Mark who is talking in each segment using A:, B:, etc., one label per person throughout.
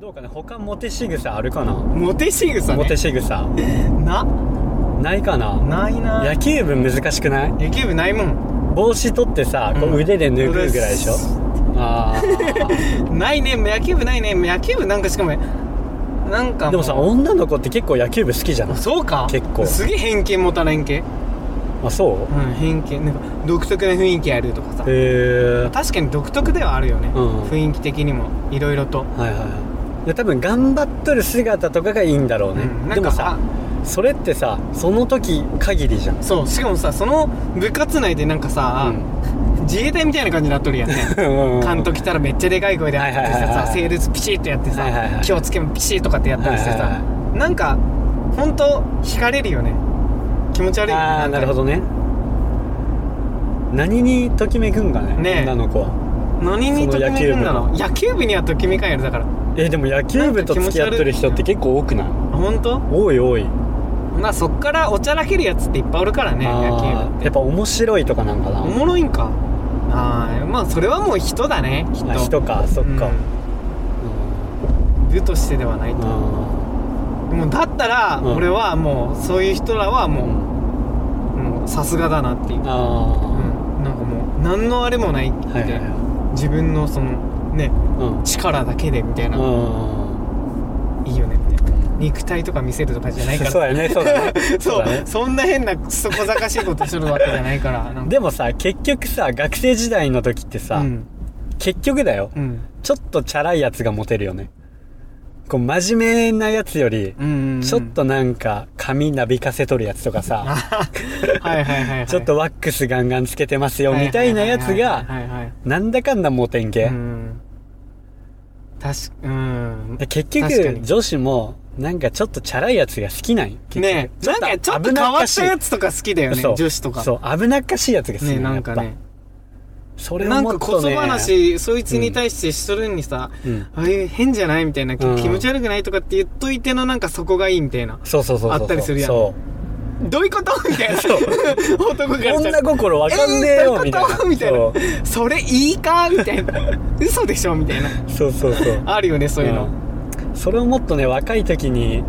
A: どうかね他モテ仕草あるかな
B: モテ仕草ね
A: モテ仕草
B: な
A: ないかな
B: ないな
A: 野球部難しくない
B: 野球部ないもん
A: 帽子取ってさこ
B: うん
A: う腕で抜くぐらいでしょ、あ
B: ないね野球部ないね野球部なんかしかもなんか
A: あでもさ女の子って結構野球部好きじゃない
B: そうか
A: 結構
B: すげえ偏見持たないんけ
A: あそう
B: うん偏見なんか独特な雰囲気あるとかさ
A: へえ
B: 確かに独特ではあるよね、
A: うん
B: 雰囲気的にもいろいろと、
A: はいはいはいで多分頑張っとる姿とかがいいんだろうね、
B: うん
A: でもさそれってさその時限りじゃん
B: あそうしかもさその部活内でなんかさ、自衛隊みたいな感じになっとるやんね監
A: 監
B: 督来たらめっちゃでかい声で
A: はい
B: や
A: はい
B: っ
A: はい
B: て
A: はい
B: さセールスピシッとやってさ、
A: はいはいはい
B: 気をつけもピシッとかってやったりしてさ、
A: はいはい
B: なんかほんと惹かれるよね気持ち悪いよね
A: ああ
B: ん
A: な
B: か
A: るほどね何にときめくんかね
B: ねえ
A: 女の子は
B: 何にときめくんだろう野球部にはときめかんやるだから
A: えでも野球部と付き合ってる人って結構多くない
B: ほんと
A: 多い多い、
B: まあそっからおちゃらけるやつっていっぱいおるからね野球部
A: あーやっぱ面白いとかなんかな
B: おもろいんかあーまあそれはもう人だねきっと
A: あ人かそっか、
B: うん部としてではない
A: うん
B: ともうだったら
A: うん
B: 俺はもうそういう人らは
A: あー
B: もうもうさすがだなっていう、うん、
A: あ
B: なんかもう何のあれもないって、
A: ーはいはいは
B: 自分のそのね
A: いうん
B: 力だけでみたいな、
A: う
B: いいよねみたいな肉体とか見せるとかじゃないか
A: ん
B: ら
A: そうだよねそうだね
B: そう
A: だね
B: そんな変なそこざかしいことするわけじゃないからなんか
A: でもさ結局さ学生時代の時ってさ、
B: うん
A: 結局だよ、
B: うん
A: ちょっとチャラいやつがモテるよねこう真面目なやつより、
B: うんうんうん
A: ちょっとなんか髪なびかせとるやつとかさ、
B: はいはいはいはい
A: ちょっとワックスガンガンつけてますよみたいなやつが、
B: はいはいはいはい
A: なんだかんだモテんけ、
B: うん確かうん
A: で結
B: 確かに
A: 局女子もなんかちょっとチャラいやつが好きなんよ結局
B: ねえなんかちょっと変わったやつとか好きだよね
A: そう
B: 女子とか
A: そう危なっかしいやつが好き
B: ねえ
A: な
B: な
A: の
B: んか
A: やっ
B: ね
A: ぱそれ
B: な
A: を
B: ん
A: もっ
B: か
A: と
B: こそ
A: ね
B: 話そいつに対してしとるんにさ
A: うん
B: あれ変じゃないみたいな気
A: うん
B: 持ち悪くないとかって言っといてのなんかそこがいいみたいな
A: そうそうそうそうそう
B: あったりするやん
A: そう
B: どういうことみたいな 男からしたら
A: 女心わかんねえよみたいな
B: えーどういうことみたい
A: そう
B: なそれいいかみたいな 嘘でしょみたいな
A: そうそうそう
B: あるよねそういうの
A: んそれをもっとね若い時に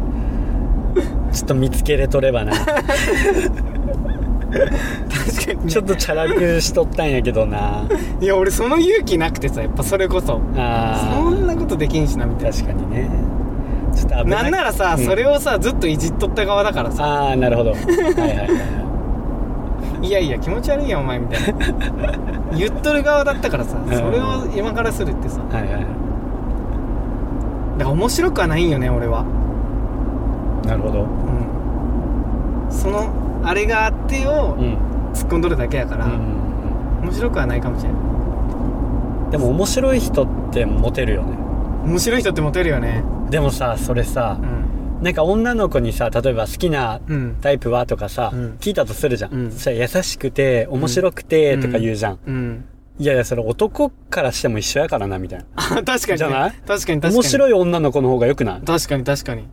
A: ちょっと見つけれとれば な
B: 確かにね
A: ちょっとチャラくしとったんやけどない
B: や俺その勇気なくてさやっぱそれこそそ
A: あ
B: んなことできんしなみたい
A: ー確かにねちょっと危な
B: な
A: い
B: なんならさ、
A: うん
B: それをさずっといじっとった側だからさ
A: ああなるほどはいはいはいはい
B: やいや気持ち悪いやんお前みたい な言っとる側だったからさ
A: ん
B: それを今からするってさだか
A: いはいは
B: ら面白くはないんよね俺は、
A: いなるほど
B: うん、そのあれがあってを
A: うん、
B: 突っ込んどるだけやから、
A: うん
B: 面白くはないかもしれない
A: でも面白い人ってモテるよね
B: 面白い人ってモテるよね
A: でもさそれさ
B: うん
A: なんか女の子にさ例えば好きな
B: うん
A: タイプはとかさ、
B: うん
A: 聞いたとするじゃん、
B: うん
A: そしたら優しくて面白くてとか言うじゃん、
B: うん
A: いやいやそれ男からしても一緒やからなみたいな
B: あ確かにね、
A: じゃない
B: 確かに確かに
A: 面白い女の子の方が良くない
B: 確かに確かに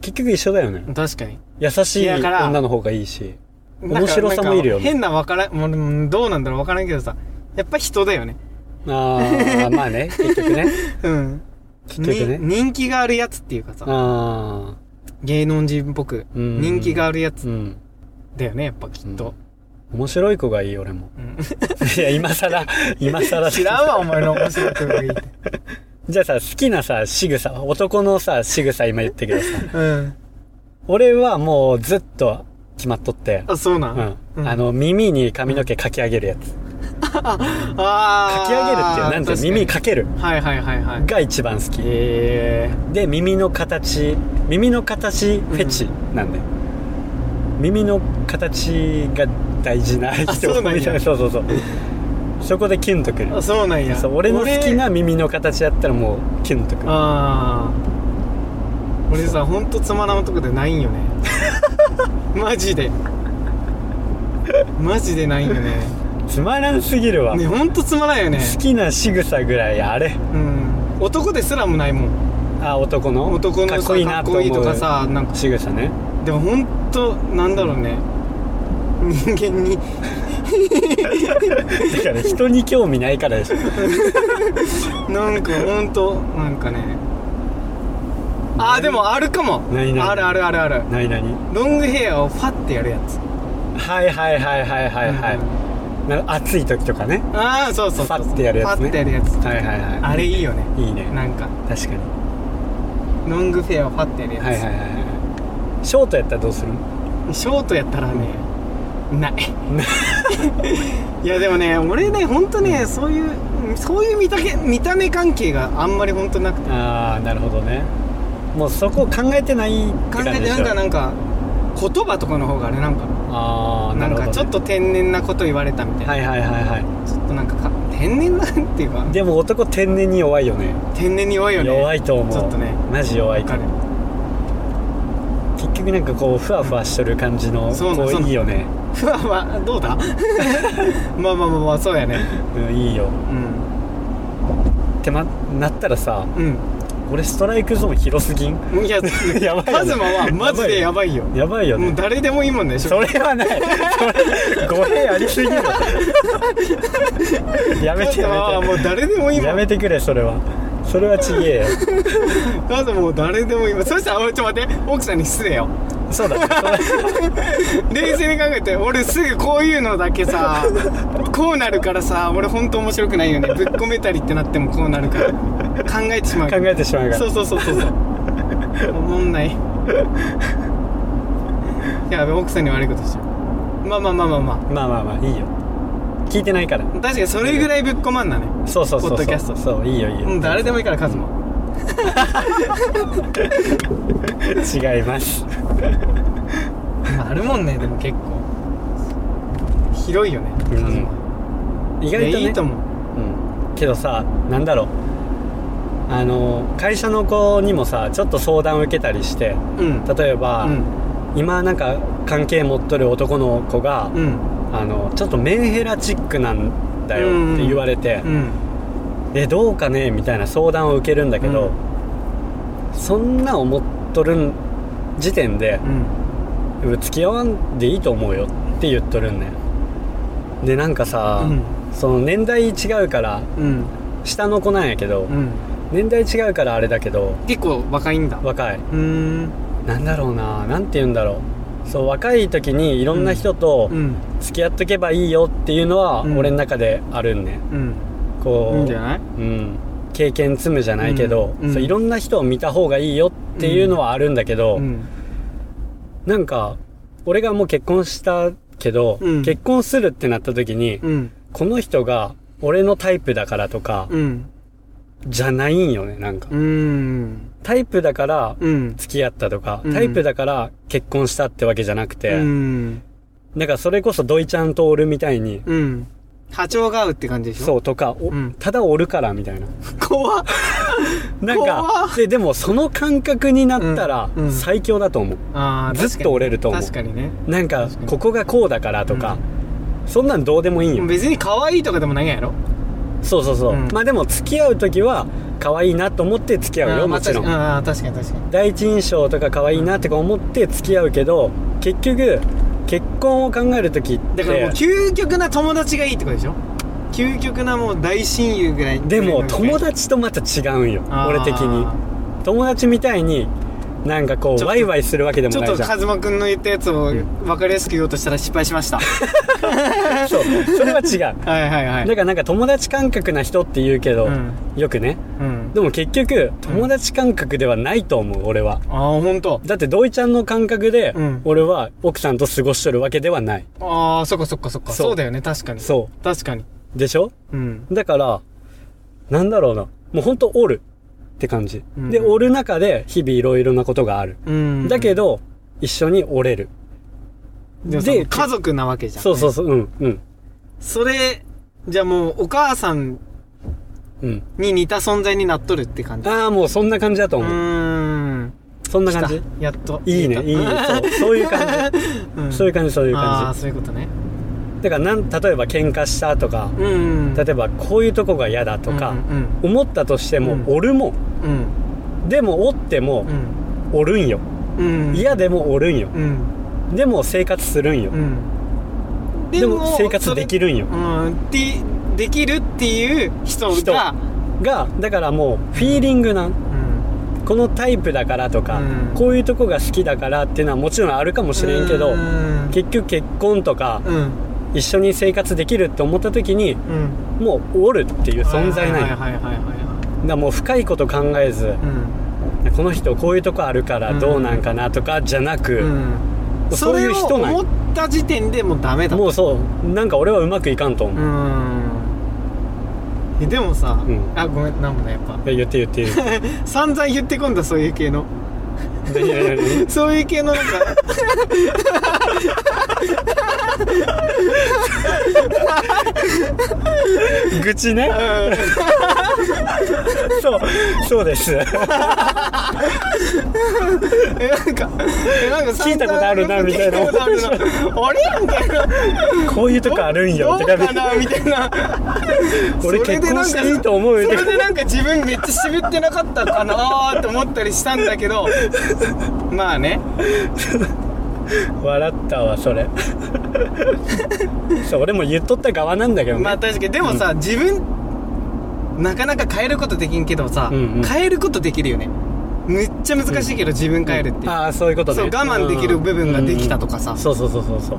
A: 結局一緒だよね
B: 確かに
A: 優しい
B: いやだから
A: 女の方がいいし面白さもいるよね
B: なんか変なわからんもううんどうなんだろうわからんけどさやっぱ人だよね
A: あーまあね結局ね
B: うん
A: 結局ね
B: に人気があるやつっていうかさ
A: あ
B: 芸能人っぽく
A: うん
B: 人気があるや
A: あ
B: つ
A: うん
B: だよねやっぱきっと、
A: 面白い子がいい俺も
B: うん
A: いや今更今更だ
B: 知らんわお前の面白くがいいって
A: じゃあさ好きなさ仕草男のさ仕草今言ったけどさ
B: うん
A: 俺はもうずっと決まっとって
B: あそうなん、
A: うん、
B: うん
A: あの耳に髪の毛かき上げるやつ
B: あ
A: か
B: あ
A: き上げるっていうなんて耳かける
B: はいはいはいはい
A: が一番好き
B: え
A: で耳の形耳の形フェチなんで、耳の形が大事な人
B: あそうなんや
A: みたいなそうそうそうそこでキュンとくる
B: ー、あそうなんや
A: そう俺の好きな耳の形やったらもうキュンとくる
B: ああ俺さほんとつまらん男でないんよ ねマジでマジでないんよね
A: つまらんすぎるわ、
B: ねほんとつまらんよね
A: 好きな仕草ぐらいあれ
B: うん男ですらもないもん
A: あ男の
B: 男のさ
A: かっこいいなと思う
B: かっこいいとかさなんか
A: 仕草ね
B: でもほんとなんだろうね人間に
A: だから人に 興味ないからでしょ
B: なんかほんとなんかねあーでもあるかも
A: 何々
B: あるあるあるある
A: 何何
B: ロングヘアをファッてやるやつ
A: はいはいはいはいはいはい、なんか暑い時とかね
B: ああそうそうそう
A: ファッてやるやつね
B: ファッてやるやつ
A: はいはいは
B: あれいいよね
A: いいいね
B: なんか
A: 確かに
B: ロングヘアをファッてやるやつ、
A: はいはいはいはいショートやったらどうする
B: ショートやったらねないいやでもね俺ね本当ねそういうそういう見たけ見た目関係があんまり本当なくて
A: ああなるほどねもうそこを考えてないって
B: 考
A: 感じ
B: え
A: で
B: て
A: し
B: な
A: ょ
B: んかなんか言葉とかの方があれなんか
A: ああ
B: な
A: なる
B: ん
A: ほど、ね、
B: かちょっと天然なこと言われたみたいな、
A: はいはいはいは
B: ちょっとなんかか天然なんていうか
A: いでも男天然に弱いよね
B: 天然に弱いよね
A: 弱いと思う
B: ちょっとね
A: マジ弱い
B: わ
A: と
B: かる
A: 思う結局なんかこうふわふわしとる感じの
B: そうなの
A: こ
B: そ
A: う
B: うなの
A: いいよね
B: ふわふわどう だまあまあまあまあそうやね
A: うんいいよ
B: うん
A: って、ま、なったらさ
B: う
A: 俺ストライクゾーン広すぎん
B: んいや
A: やばいよ
B: カ
A: ね
B: ズマはマジでやばいよ
A: やばいよ
B: もう
A: ね
B: 誰でもいいもんね
A: それはないそれ語弊ありすぎ るやめて
B: あ
A: や
B: あも
A: め
B: う誰でもいい
A: て
B: も
A: や
B: ん
A: めてくれそれはそれはちげえよ
B: あともう誰でもいいもんそしたらおいちょっと待って奥さんに失礼よ
A: そうだ
B: 冷静に考えて俺すぐこういうのだけ さこうなるからさ俺本当面白くないよねぶっ込めたりってなってもこうなるから考えてしまう
A: 考えてしまうから
B: そうそうそうそうそう思んないやべ奥さんに悪いことしちゃうまあまあまあまあまあ
A: まあまあまあいいよ聞いてないから
B: 確かにそれぐらいぶっ込まんなね
A: そうそうそうそう
B: ポッドキャスト
A: そういいよいいよ、
B: うん誰でもいいからカズマ
A: 違います
B: あるもんねでも結構広いよねカズマ
A: 意
B: 意
A: 外とね
B: いいと思
A: うん、けどさなんだろうあの会社の子にもさちょっと相談受けたりして
B: ううん
A: 例えば、
B: うん
A: 今なんか関係持っとる男の子が、
B: うん
A: あのちょっとメンヘラチックなんだよって言われて、
B: うん
A: えどうかねみたいな相談を受けるんだけど、そんな思っとるん時点で
B: う、ん
A: 付き合わんでいいと思うよって言っとるんねでなんかさ、
B: うん
A: その年代違うから
B: うん
A: 下の子なんやけど、
B: うん
A: 年代違うからあれだけど
B: 結構若いんだ
A: 若いう
B: ーん
A: なんだろうななんて言うんだろうそう若い時にいろんな人と
B: うん
A: 付き合っとけばいいよっていうのは
B: うん
A: 俺の中であるんね、
B: うん
A: こう
B: いいんじゃない
A: うん、経験積むじゃないけど、
B: うんうん
A: そういろんな人を見た方がいいよっていうのはあるんだけど、
B: うん
A: なんか俺がもう結婚したけど、
B: うん
A: 結婚するってなった時に、
B: うん
A: この人が俺のタイプだからとか、
B: うん
A: じゃないんよねなんか、
B: うん
A: タイプだから
B: うん
A: 付き合ったとか、
B: うん
A: タイプだから結婚したってわけじゃなくて、
B: うん
A: なんかそれこそドイちゃんとおるみたいに、
B: うん波長が合うって感じでしょ
A: そうとか、お
B: うん
A: ただおるからみたいな。
B: 怖っ
A: なんか
B: 怖、
A: で、でもその感覚になったら
B: うんうん
A: 最強だと思う。
B: あー
A: ずっと折れると思う
B: 確かにね
A: なんか
B: 確か、に
A: ここがこうだからとか、そんなんどうでもいいんよ。
B: 別に可愛いとかでもないんやろ
A: そうそうそう。
B: うん
A: まあでも付き合うときは可愛いなと思って付き合う
B: あー
A: よ、
B: ま
A: も
B: あ
A: ちろ
B: 確かに
A: ん。
B: あー確かに確かに
A: 第一印象とか可愛いなとか思って付き合うけど、結局、結婚を考えるときっ
B: だからもう
A: て、
B: 究極な友達がいいってことでしょ究極なもう大親友ぐらい
A: でも友達とまた違うんよ、
B: あー
A: 俺的に。友達みたいになんかこ
B: ち
A: う
B: ょっと
A: ワイワイするわけで
B: ち
A: も
B: ょっ
A: ない
B: と
A: じゃん
B: カズマくんの言ったやつを
A: ん
B: 分かりやすく言おうとしたら失敗しま したは
A: そうそれは違う
B: いはいはい
A: だからなんか友達感覚な人って言うけど、
B: うん
A: よくね
B: うん
A: でも結局友達感覚ではないと思う、俺は
B: ああほんと
A: だって土井ちゃんの感覚で、
B: うん
A: 俺は奥さんと過ごしとるわけではない
B: ああそっかそっかそっか
A: そう
B: そうだよね確かに
A: そ
B: 確かに
A: うでしょ
B: うん
A: だからなんだろうなもうほんとおるって感じ、
B: うん
A: でおる中で日々いろいろなことがある、
B: うん
A: だけど一緒に折れる
B: でもさ家族なわけじゃん
A: そうそうそううんうん
B: それじゃあもうお母さん
A: うん
B: に似た存在になっとるって感じ
A: ああもうそんな感じだと
B: う
A: 思う、
B: ーん
A: そんな感じ
B: 来たやっと
A: いいねいいねそうそういう感じ、
B: うん
A: そういう感じそういう
B: ああ
A: 感
B: そういうことね
A: じだからなん例えば喧嘩したとか
B: うんうん
A: 例えばこういうとこが嫌だとか、
B: うん
A: 思ったとしても、
B: うん
A: おるも
B: うん
A: んでもおっても
B: う、ん
A: おるんよ
B: うん
A: 嫌でもおるんよ
B: う、ん
A: でも生活するんよ
B: う、ん
A: でも生活でき
B: る
A: るんよ
B: うんってできるっていう人が
A: がだからもうフィーリングなん
B: うん
A: このタイプだからとか、
B: うん
A: こういうとこが好きだからっていうのはもちろんあるかもしれんけど、
B: うん
A: 結局結婚とか、
B: うん
A: 一緒に生活できるって思った時に
B: うん
A: もうおるっていう存在ない,、
B: はいはいはいはいはい
A: だからもう深いこと考えず、
B: うん
A: この人こういうとこあるからどうなんかなとかじゃなく、
B: うん
A: そういう人なん
B: それを思った時点でもうダメだ
A: もうそうなんか俺はうまくいかんと
B: う
A: 思う、
B: んえでもさ、
A: うん
B: あごめんなんもないやっぱ
A: で言って言って言っ
B: 散々言ってこんだそういう系の
A: て何々何
B: そういう系のなんか
A: 々愚痴ね
B: う
A: そうそうです
B: んえなんかえなんか散々
A: 聞いたことあるなみたいな
B: 聞いたことあるなあれみたいな
A: こういうとこあるんよ
B: ど
A: って
B: うか
A: 感じ
B: なみたいな
A: 俺
B: それで
A: 結
B: なん
A: 婚
B: か
A: していいと思うよ
B: それでなんか自分めっちゃ渋ってなかったかなーって思ったりしたんだけどまあね
A: 笑ったわそれ そう俺も言っとった側なんだけどね、
B: まあ確かにでもさ、自分なかなか変えることできんけどさ、
A: うんうん
B: 変えることできるよねめっちゃ難しいけど、自分変えるっていう、
A: ああそういうことね
B: そう我慢できる部分ができたとかさ
A: うんそうそうそうそうそ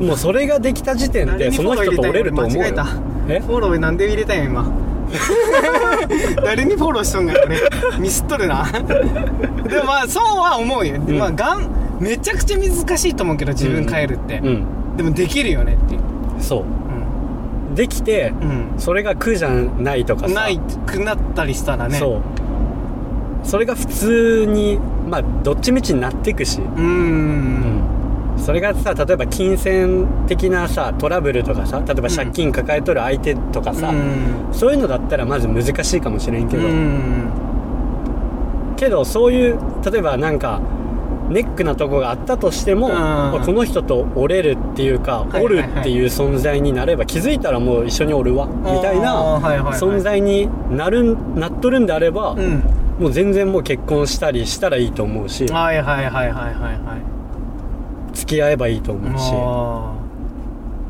A: うもうそれができた時点
B: 誰
A: で
B: に
A: そ
B: フォ
A: の
B: ロー
A: 人
B: 入
A: と折
B: れたんや
A: れると思うよ
B: 間違えた
A: え
B: フォローなんで入れたんや今 誰にフォローしとんがよねミスっとるなでもまあそうは思うよ、
A: ん
B: まあがんめちゃくちゃ難しいと思うけど自分変えるって、
A: うん
B: でもできるよねっていう
A: そううできて、
B: ん、
A: それが苦じゃないとか
B: う
A: さ
B: ん、ないくなったりしたらね
A: そうそれが普通にまあどっちみちになってくし、
B: うーん
A: それがさ例えば金銭的なさトラブルとかさ例えば借金抱えとる相手とかさ、
B: うん
A: そういうのだったらまず難しいかもしれんけど、
B: うん
A: けどそういう例えばなんかネックなとこがあったとしても、
B: うん
A: まあこの人と折れるっていうか、
B: いはいはい
A: 折るっていう存在になれば気づいたらもう一緒におるわみたい
B: あーはいはい
A: な
B: はい
A: 存在になるんなっとるんであれば、
B: うん
A: もう全然もう結婚したりしたらいいと思うし
B: はいはいはいはいはいはい
A: 付き合えばいいと思うし
B: あ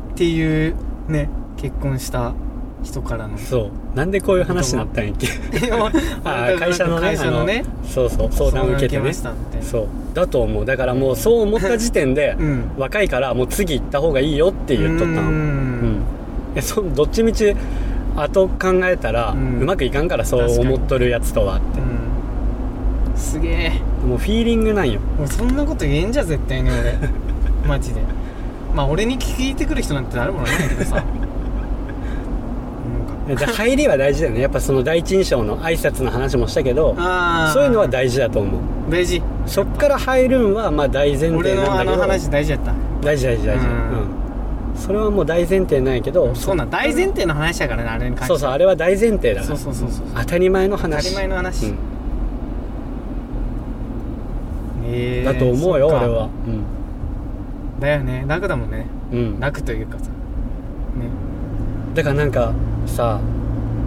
B: ーっていうね結婚した人か らの
A: そうなんでこういう話になったんやっけあ ー会社のね
B: 会社のね
A: あのそうそう相談を受けて
B: 相談を受けま
A: ね
B: したみたいな
A: そうだと思うだからもうそう思った時点で、
B: うん
A: 若いからもう次行った方がいいよって言っとったの
B: う
A: うん
B: ん、
A: えそどっちみち後考えたら、う
B: うん
A: まくいかんからそう
B: 確かに
A: 思っとるやつとはって
B: うんすげえ
A: もうフィーリングなん よ
B: もうそんなこと言えんじゃん絶対に 俺マジでまあ俺に聞いてくる人なんて誰もいないけどさなんか
A: えで入りは大事だよねやっぱその第一印象の挨拶の話もしたけど
B: ああ
A: そういうのは大事だと思う
B: 大事
A: そっから入るんはまあ大前提
B: 俺の
A: な
B: あ
A: んだけ
B: の
A: ど
B: 話大事やった
A: 大事大事大事う
B: うん
A: ん、それはもう大前提なんやけど
B: そうなん大前提の話やからねあれに関して
A: そうそうあれは大前提だか
B: そ
A: ら
B: うそうそうそう
A: 当たり前の
B: 当た
A: 話
B: り前の話、
A: うん
B: えー
A: だと思うよ
B: そっか
A: 俺は
B: だよね楽だもんね
A: うん、うん、
B: 楽というかさね
A: だからなんかさ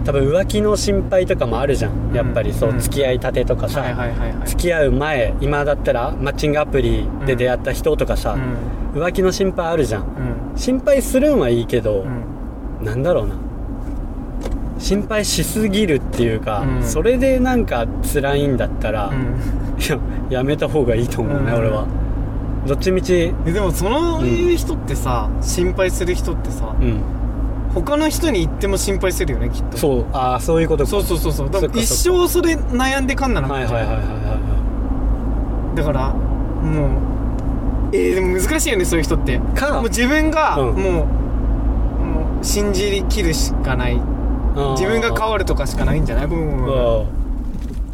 A: 多分浮気の心配とかもあるじゃんやっぱりそう、
B: うん
A: 付き合いたてとかさ、
B: はいはいはいはい
A: 付き合う前今だったらマッチングアプリで出会った人とかさ、
B: うん
A: 浮気の心配あるじゃん
B: うん
A: 心配するんはいいけど
B: う、ん
A: なんだろうな心配しすぎるっていうか、
B: うん
A: それでなんか辛いんだったら、
B: う
A: い
B: ん
A: ややめた方がいいと思うね、
B: うん
A: 俺はどっちみち
B: えでもそのいう人ってさ、心配する人ってさ
A: うん
B: 他の人に言っても心配するよねきっと
A: そうああそういうことか
B: そうそうそうそうだか
A: そっ
B: ら
A: か
B: 一生それ悩んでかんなら
A: はいはいはいはいはいはい
B: だからもうえー、でも難しいよねそういう人って
A: か
B: もう自分がも
A: う
B: う,、
A: ん
B: もう信じきるしかない自分が変わるとかしかないんじゃないブンブンブン
A: うん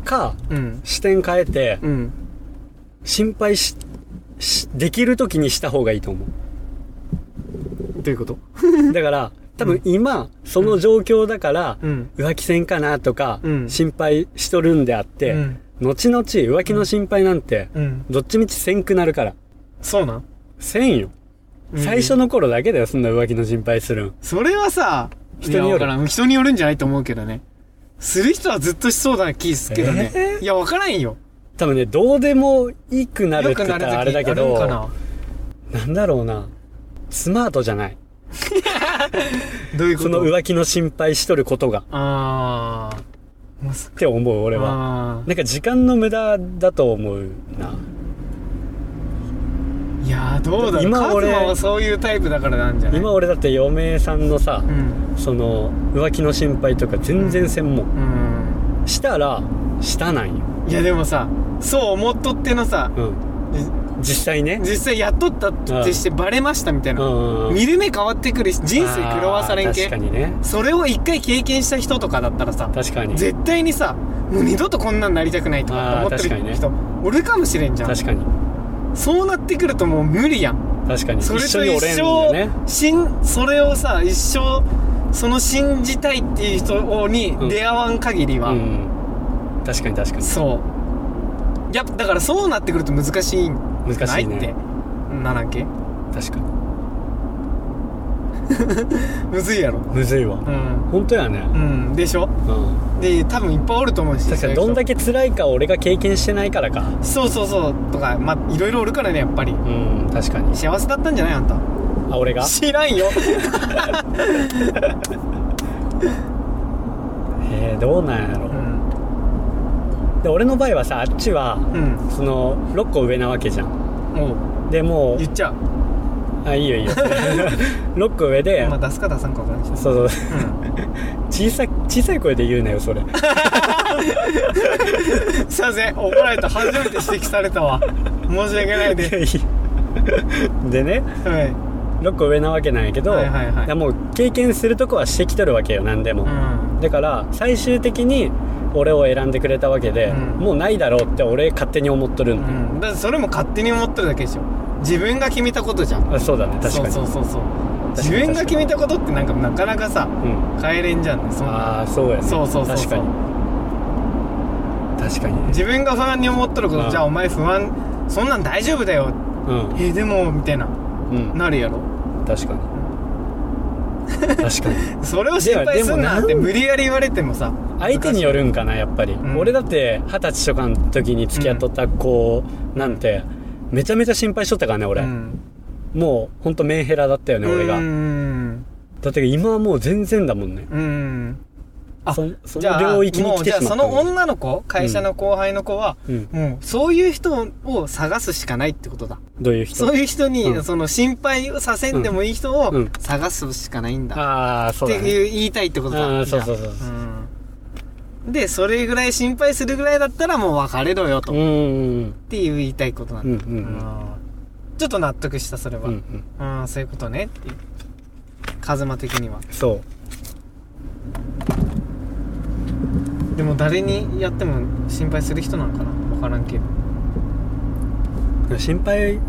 A: か
B: うん
A: 視点変えて
B: うん
A: 心配ししできる時にした方がいいと思
B: どういうこと
A: うだから多分今その状況だから
B: うん
A: 浮気せんかなとか
B: うん
A: 心配しとるんであって
B: うん
A: 後々浮気の心配なんて
B: うん
A: どっちみちせんくなるから
B: そうなん
A: せんよ
B: うん
A: 最初の頃だけだよそんな浮気の心配するん
B: それはさ
A: 人による
B: いやわからん人によるんじゃないと思うけどねする人はずっとしそうだ気すけどね、
A: えー
B: いやわからんよ
A: 多分ねどうでもいいくなる
B: よ
A: って
B: く
A: 言
B: な
A: っ
B: る
A: た
B: 時
A: らあれだけ
B: るん
A: ど
B: かな
A: なんだろうなスマートじゃない
B: どういうこ
A: そ
B: と
A: の浮気の心配しとることが
B: ああもうす
A: て思う俺は
B: は
A: なんか時間の無駄だと思うない
B: やーどうだろう
A: 今
B: 今
A: 俺
B: 俺はそういうタイプだからなんじゃない
A: 今俺だって嫁さんのさ
B: うん
A: その浮気の心配とか全然専門
B: うん
A: したらしたなんよ
B: いやでもさそう思っとってのさ
A: うん実際ね
B: 実際やっとったってしてバレましたみたい
A: うん
B: な
A: うんうん
B: 見る目変わってくるし人生狂わされん
A: あー
B: け
A: 確かにね
B: それを一回経験した人とかだったらさ
A: 確かに
B: 絶対にさもう二度とこんなんなりたくないとか思って
A: あー確かに
B: る
A: ね
B: 人俺かもしれんじゃん
A: 確かに
B: そうなってくるともう無理やん
A: 確かに
B: それ
A: 一緒
B: と
A: に
B: 一
A: おれんよね
B: 生しんそれをさ一生その信じたいっていう人に
A: うん
B: 出会わん限りは、
A: うん確かに確か
B: そうやっぱだからそうなってくると難しいん
A: に
B: じ
A: 難
B: ゃな
A: し
B: い
A: い
B: って
A: ね
B: ならんけ
A: 確かに
B: むずいやろ
A: むずいわ
B: うん、
A: 本当やね
B: うん、でしょ
A: うん
B: で多分いっぱいおると思うし
A: 確かにどんだ
B: け
A: け辛いか俺が経験してないからか
B: そうそうそうとかまあいろいろおるからねやっぱり
A: うん確かに
B: 幸せだったんじゃないあんた
A: あ俺が
B: 知らんよ
A: えー、どうなんやろ、
B: うん
A: で俺の場合はさあっちは
B: うん
A: その6個上なわけじゃん
B: も
A: でも
B: う
A: う
B: 言っちゃう
A: あいい よいいよ6個上で、
B: まあ出すか出さんか分からんし
A: そうそう小さい小さい声で言うなよそれ
B: うんすいません怒られた初めて指摘され たわ申し訳ないで、
A: でね
B: はい
A: 6個上なわけなんやけど、
B: はいはいはい
A: だからもう経験するとこはしてきとるわけよ何でも、
B: うん、
A: だから最終的に俺を選んでくれたわけで、
B: うん
A: もうないだろうって俺勝手に思っとるんだよ、
B: うん、だってそれも勝手に思ってるだけでしょ自分が決めたことじゃん
A: あそうだね確かに
B: そうそうそうそう
A: 確かに
B: 自分が決めたことってなんかなかなかさ
A: うん、
B: 変えれんじゃんねそんな
A: ああそうやね
B: そうそうそうそう
A: 確かに確かにね
B: 自分が不安に思っとるこ
A: うん
B: とじゃあお前不安そんなん大丈夫だよ
A: うん、
B: えでもみたいな
A: うん、
B: なるやろ
A: 確かに確かに
B: それを心配すんなっ
A: で
B: て
A: も
B: 無理やり言われてもさ
A: 相手によるんかなやっぱり、
B: ん
A: 俺だって二十歳とかの時に付き合っとった子なんてめちゃめちゃ心配しとったからね俺、
B: うん
A: もうほんとメンヘラだったよね俺が、
B: うん
A: だって今はもう全然だもんね
B: うんあ
A: そそ
B: じゃ
A: の
B: あ
A: 領域に
B: も
A: 来
B: う
A: て
B: じゃあ
A: しま
B: そ
A: った
B: の
A: もん
B: 女の子会社の後輩の子は、
A: うん
B: もうそういう人を探すしかないってことだ
A: どういう人
B: そういう人に、
A: うん
B: その心配をさせんでもいい人を
A: うん
B: 探すしかないんだ、
A: ああそう
B: って
A: だ、ね、
B: いう言いたいってこと
A: う
B: だ
A: んそうそうそう
B: じゃあうんでそれぐらい心配するぐらいだったらもう別れろよと、
A: うん
B: っ
A: うん
B: ていう言いたいことなんだ、
A: うんうんうん
B: ちょっと納得したそれ
A: う
B: は、
A: んうん
B: うんそういうことねっていうカズマ的には
A: そう
B: でも誰にやっても心配する人なんかな分からんけど
A: 心配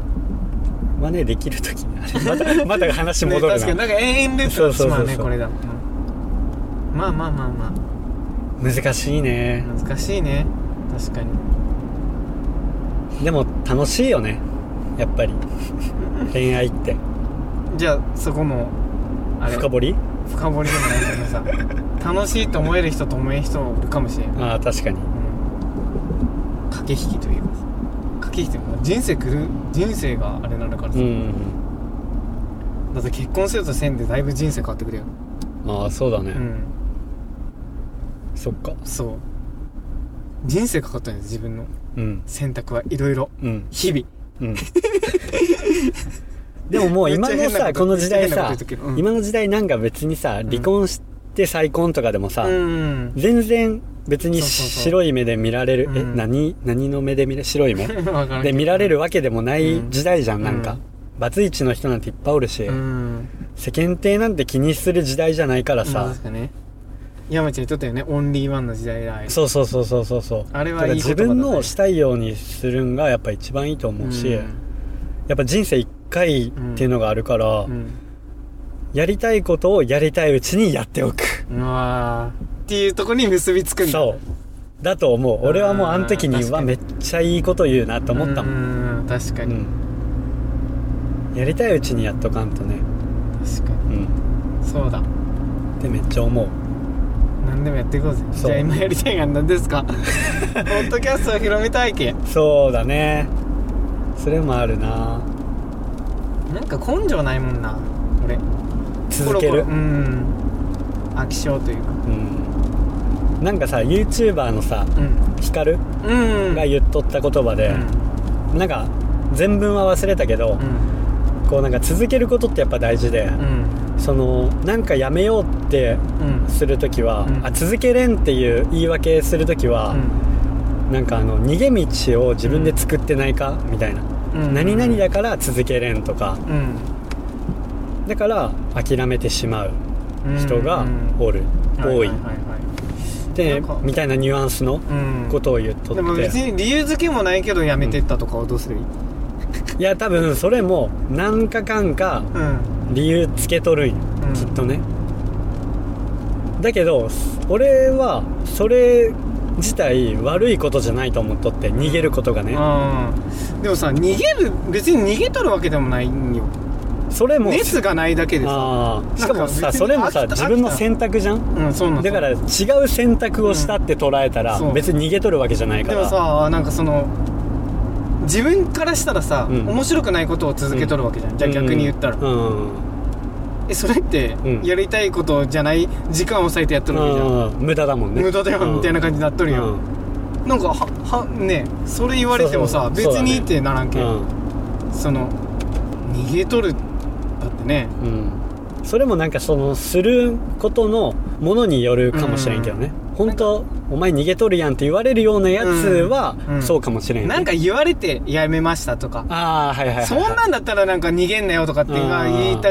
A: はねできる時 にあれまたまた話戻
B: ね
A: る
B: 確か
A: な、
B: になんか永遠ループ
A: そう
B: だし
A: そうそうそう
B: まうねこれだ、うんまあまあまあまあ
A: 難しいね
B: 難しいね確かに
A: でも楽しいよねやっぱ り恋愛って
B: じゃあそこもあれ
A: 深掘り
B: 深掘りでもないけ どさ楽しいと思える人と思えん人もいるかもしれない、
A: ああ確かに
B: うん、駆け引きというかさ駆け引きというか人生狂う人生があれなのから
A: う
B: さ、
A: ん
B: だって結婚するとせんでだいぶ人生変わってくるよ
A: ああそうだね、
B: うん
A: そっか
B: そう人生かかったんです自分の
A: うん
B: 選択はいろいろ
A: うん
B: 日々
A: うん でももう今
B: め
A: の
B: っちゃ変な
A: さ
B: こと
A: この時代
B: めっちゃ変
A: さ
B: なこと言っとくけどうん
A: 今の時代なんか別にさ離婚して再婚とかでもさ、
B: うん
A: 全然別に
B: そうそうそう
A: 白い目で見られる
B: うん
A: え何何の目で見れ白い 目
B: 分からんけ
A: で
B: ど
A: 見られるわけでもない時代じゃん、
B: うん
A: なんか、
B: うん
A: バツイチの人なんていっぱいおるし、
B: うん
A: 世間体なんて気にする時代じゃないから
B: まあ
A: さ
B: 確、かね山ちゃんにとってはねオンリーワンの時代だ
A: そうそうそうそうそうそう
B: あれ
A: だ
B: は
A: から
B: いい
A: 自分のしたいようにするんがやっぱ一番いいと思うし、
B: う
A: やっぱ人生一回っていうのがあるから、
B: んうん
A: やりたいことをやりたいうちにやっておく、
B: うわーっていうとこに結びつくんだ
A: そうだと思う俺はもうあの時
B: あ
A: に
B: ー確
A: は
B: かに
A: めっちゃいいこと言うなと思ったもん
B: ん確かに、
A: うんやりたいうちにやっとかんとね、
B: 確か
A: うん、
B: にそうだ
A: ってめっちゃ思う
B: 何でもやっていこうぜ
A: そう
B: じゃあ今やりたいが何ですかポッドキャストを広めたいけ
A: そうだねそれもあるな
B: なんか根性ないもんな俺
A: 続ける
B: コロコロうん飽き性というか
A: うんなんかさ YouTuber のさ
B: うん
A: ヒカル
B: うん
A: が言っとった言葉で、なんか全文は忘れたけど、
B: うん
A: こうなんか続けることってやっぱ大事で、
B: うん
A: そのなんかやめようって
B: うん
A: するときは、
B: うん
A: あ続けれんっていう言い訳するときは、なんかあの逃げ道を自分で作ってないかみたいな、
B: うん
A: 何々だから続けれんとか
B: う
A: だから諦めてしまうん人がおる、多い
B: はははは
A: で
B: なんか
A: みたいなニュアンスの
B: うん
A: ことを言っと
B: でも
A: って
B: 別に理由付けもないけどやめてったとかはどうすればいい
A: いや多分それも何かかんか
B: うん
A: 理由つけとるんよ、
B: うん
A: きっとねだけど俺はそれ自体悪いことじゃないと思っとって逃げることがね
B: あーでもさ逃げる別に逃げとるわけでもないんよ
A: それも
B: 熱がないだけでさ
A: あーしかも
B: なんか
A: さ
B: 別に
A: それもさ
B: 飽きた
A: 自分の選択じゃん
B: うんそうなん
A: だから違う選択をしたって捉えたら、
B: そう
A: 別に逃げとるわけじゃないか
B: で
A: ら
B: もさなんかその自分からしたらさ、
A: うん
B: 面白くないことを続けとるわけじゃん、じゃあ逆に言ったら、
A: うん、
B: えそれって
A: うん
B: やりたいことじゃない時間を割いてやっとるわけじゃん、
A: うん無駄だもんね
B: 無駄だよみたいな感じになっとるやん、なんかははねそれ言われてもさ
A: そうそう
B: 別に
A: そうだね
B: ってならん
A: う
B: け、
A: ん
B: その逃げとるだってね
A: うん、それもなんかそのすることのものによるかもしれんけどね、本当お前逃げとるやんって言われるようなやつは、
B: うんうん
A: そうかもしれんよね
B: なんか言われてやめましたとか、
A: ああはいはいはい、はい、
B: そんなんだったらなんか逃げんなよとかって今
A: うん
B: 言いた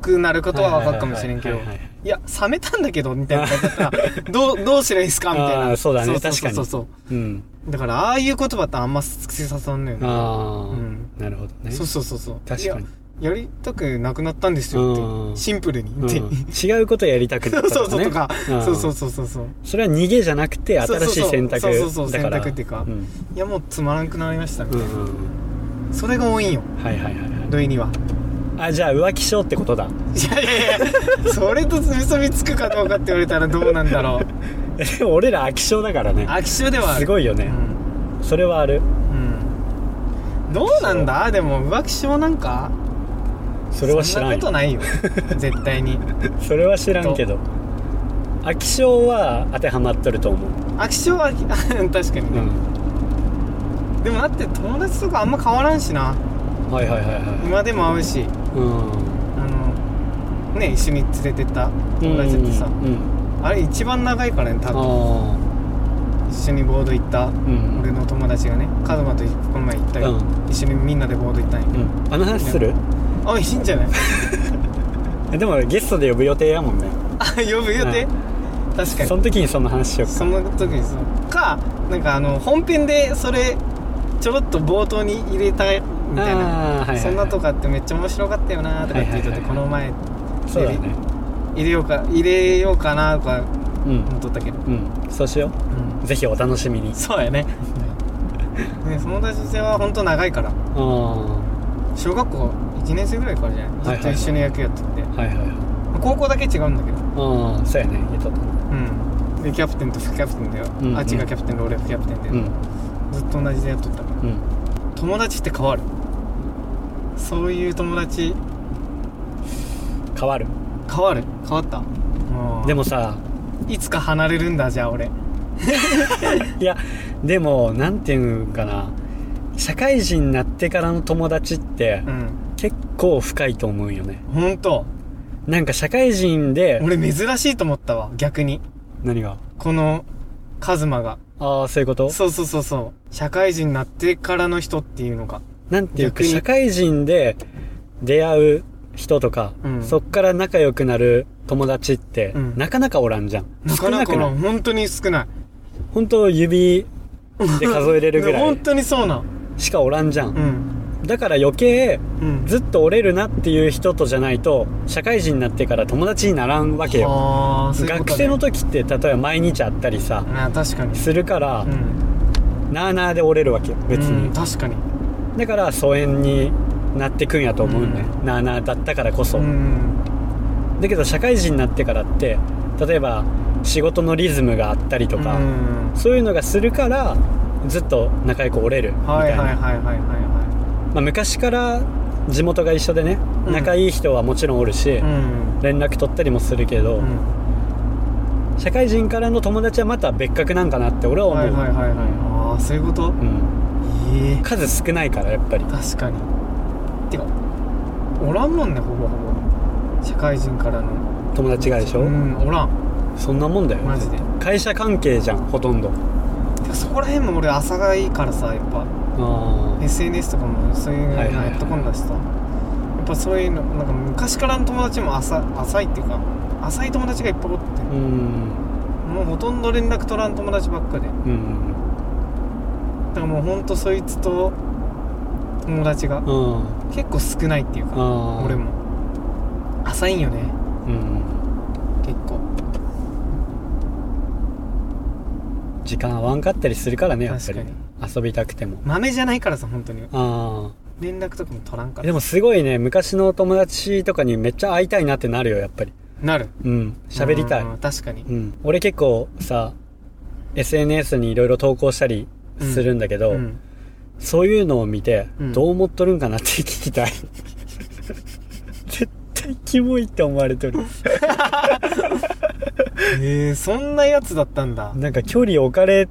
B: くなることはわかるかもしれんけど
A: はいはいはいはいはい
B: いや冷めたんだけどみたいな感じだったらどうどうすればいいですかみたい
A: あ
B: な
A: ーそうだね
B: そうそうそうそ
A: う
B: う
A: ん
B: だからああいう言葉ってあんま口刺さんのよね
A: ああ、
B: うん
A: なるほどね
B: そうそうそうそう
A: 確かに
B: いややりたくなくなったんですよ
A: う
B: っ
A: ん
B: てシンプルに
A: う
B: って、
A: ん、 違うことやりたくな
B: そ
A: った
B: う
A: とか、
B: そ
A: ね、
B: うそ
A: うん
B: うとか、そうそうそうそうそう
A: それは逃げじゃなくて新しい選択だ
B: そ
A: か
B: う
A: ら
B: そうそうそう選択っていうか
A: ん
B: いやもうつまらんくなりましたみ
A: う
B: た
A: ん
B: いな、
A: うん
B: それが多いんよ
A: はいはいはいはい
B: 土井には
A: あじゃあ浮気症ってことだ
B: いやいやいやそれと結びつくかどうかって言われたらどうなんだろう
A: でも俺ら飽き性だからね
B: 飽き性ではある
A: すごいよね
B: うん
A: それはある
B: うんどうなんだでも浮気性なんか
A: それは知らん
B: そんな
A: よ
B: ことないよ絶対に
A: それは知らんけど飽き性は当てはまっとると思う、
B: 飽き性は 飽き確かにね、でもだって友達とかあんま変わらんしな
A: はいはいはいは
B: 今でも会うし
A: いうん
B: あのね一緒に連れてった友達ってさ、
A: うんうん
B: あれ一番長いからね多分
A: あ
B: 一緒にボード行った
A: ーうん
B: 俺の友達がねカズマとこの前行ったり、
A: うん
B: 一緒にみんなでボード行ったんやけ
A: う
B: ど、
A: んあの話する
B: あいいんじゃ ない
A: えでもゲストで呼ぶ予定やもんね
B: あ呼ぶ予定、確かに
A: その時にその話しよう
B: その時にそのかなんかあの本編でそれちょろっと冒頭に入れたみた
A: あー
B: いな、
A: はいはいはい
B: そんなとかってめっちゃ面白かったよなとかって言っとっ
A: はいは
B: て、
A: いはい
B: この前
A: そうだね
B: 入れようか入れようかなとか
A: うん
B: 思っとったけど、
A: うんそうしようぜひお楽しみに
B: そうやね ねその達成は本当長いから
A: ああ
B: 小学校1年生ぐらいからじゃないずっと一緒に野球やってて、
A: はいはいはい
B: 高校だけ違うんだけど
A: ああそうやね言っとった
B: うんでキャプテンと副キャプテンだよ、
A: うんうん
B: あっちがキャプテンで俺が副キャプテンで、
A: うん
B: ずっと同じでやっとったから
A: うん
B: 友達って変わるそういう友達
A: 変わる
B: 変わる変わった
A: でもさ
B: いつか離れるんだじゃあ俺
A: いやでもなんていうんかな社会人になってからの友達って
B: うん
A: 結構深いと思うんよね
B: 本当
A: なんか社会人で
B: 俺珍しいと思ったわ逆に
A: 何が
B: このカズマが
A: ああそういうこと
B: そうそうそうそう社会人になってからの人っていうのが
A: なんていう
B: 逆
A: か
B: に
A: 社会人で出会う人とか、
B: うん
A: そっから仲良くなる友達って、
B: うん
A: なかなかおらんじゃん
B: なかなか
A: 少な
B: な
A: くない
B: 本当に少ない
A: 本当指で数えれるぐら
B: 本
A: い
B: 当にそうな
A: しかおらんじゃん、
B: うん
A: だから余計
B: うん
A: ずっと折れるなっていう人とじゃないと社会人になってから友達にならんわけよ
B: あーそういうこと
A: 学
B: ね
A: 生の時って例えば毎日会ったりさ
B: あー確かに
A: するから、
B: うん
A: なあなあで折れるわけよ別に、
B: うん確かに
A: だから疎遠になってくんやと思うね、なあなあだったからこそ、
B: ん
A: だけど社会人になってからって例えば仕事のリズムがあったりとか、
B: うん
A: そういうのがするからずっと仲良く折れるみた
B: はいい
A: な、
B: はいはいはいはいは
A: まあ、昔から地元が一緒でね、
B: うん
A: 仲いい人はもちろんおるし、
B: いうん
A: 連絡取ったりもするけど、
B: うん
A: 社会人からの友達はまた別格なんかなって俺は思う、
B: はいはいはいはいああそういうこと
A: うん、
B: ええ
A: 数少ないからやっぱり
B: 確かにてかおらんもんねほぼほぼ社会人からの
A: 友達がでしょ、
B: うんおらん
A: そんなもんだよ
B: マジで
A: 会社関係じゃんほとんど
B: てかそこら辺も俺朝がいいからさやっぱ
A: あ
B: SNS とかもそういうの
A: はいはいはい
B: やってこんだしさ、やっぱそういうのなんか昔からの友達も浅浅いっていうか浅い友達がいっぱいおって
A: あうん
B: もうほとんど連絡取らん友達ばっかでだ
A: うん
B: からもうほんとそいつと友達が
A: うん
B: 結構少ないっていうか
A: あー
B: 俺も浅いんよね
A: うん
B: 結構
A: 時間合わんかったりするからねやっぱ
B: 確か
A: り
B: に
A: 遊びたくても
B: 豆じゃないからさ本当に
A: あ
B: 連絡とかも取らん
A: あ
B: から
A: でもすごいね昔の友達とかにめっちゃ会いたいなってなるよやっぱり
B: なる
A: うん喋りたい
B: うん確かに
A: うん、俺結構さ SNS にいろいろ投稿したりするんだけど、
B: うん
A: そういうのを見て、
B: うん
A: どう思っとるんかなって聞きたい 絶対キモいって思われてる
B: えー、そんなやつだったんだ
A: なんか距離置かれ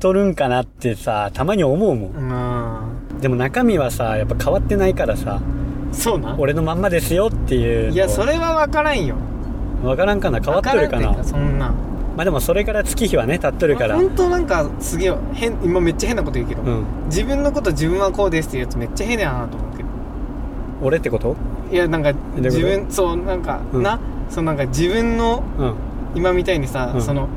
A: とるんかなってさたまに思うもん、
B: うん
A: でも中身はさやっぱ変わってないからさ
B: そうな
A: 俺のまんまですよっていう
B: いやそ
A: れ
B: れは分からんよ
A: 分からんかな変わっとるかな
B: 分らんっていうそんな
A: まあでもそれから月日はね経っとるからう
B: 本当なんかすげえ変今めっちゃ変なこと言うけど、
A: ん
B: 自分のこと自分はこうですっていうやつめっちゃ変だなと思うけど
A: 俺ってこと
B: いやなんか
A: どういうこと
B: 自分そうなんか、
A: うん
B: なそうなんか自分の
A: うん
B: 今みたいにさ、
A: うん
B: その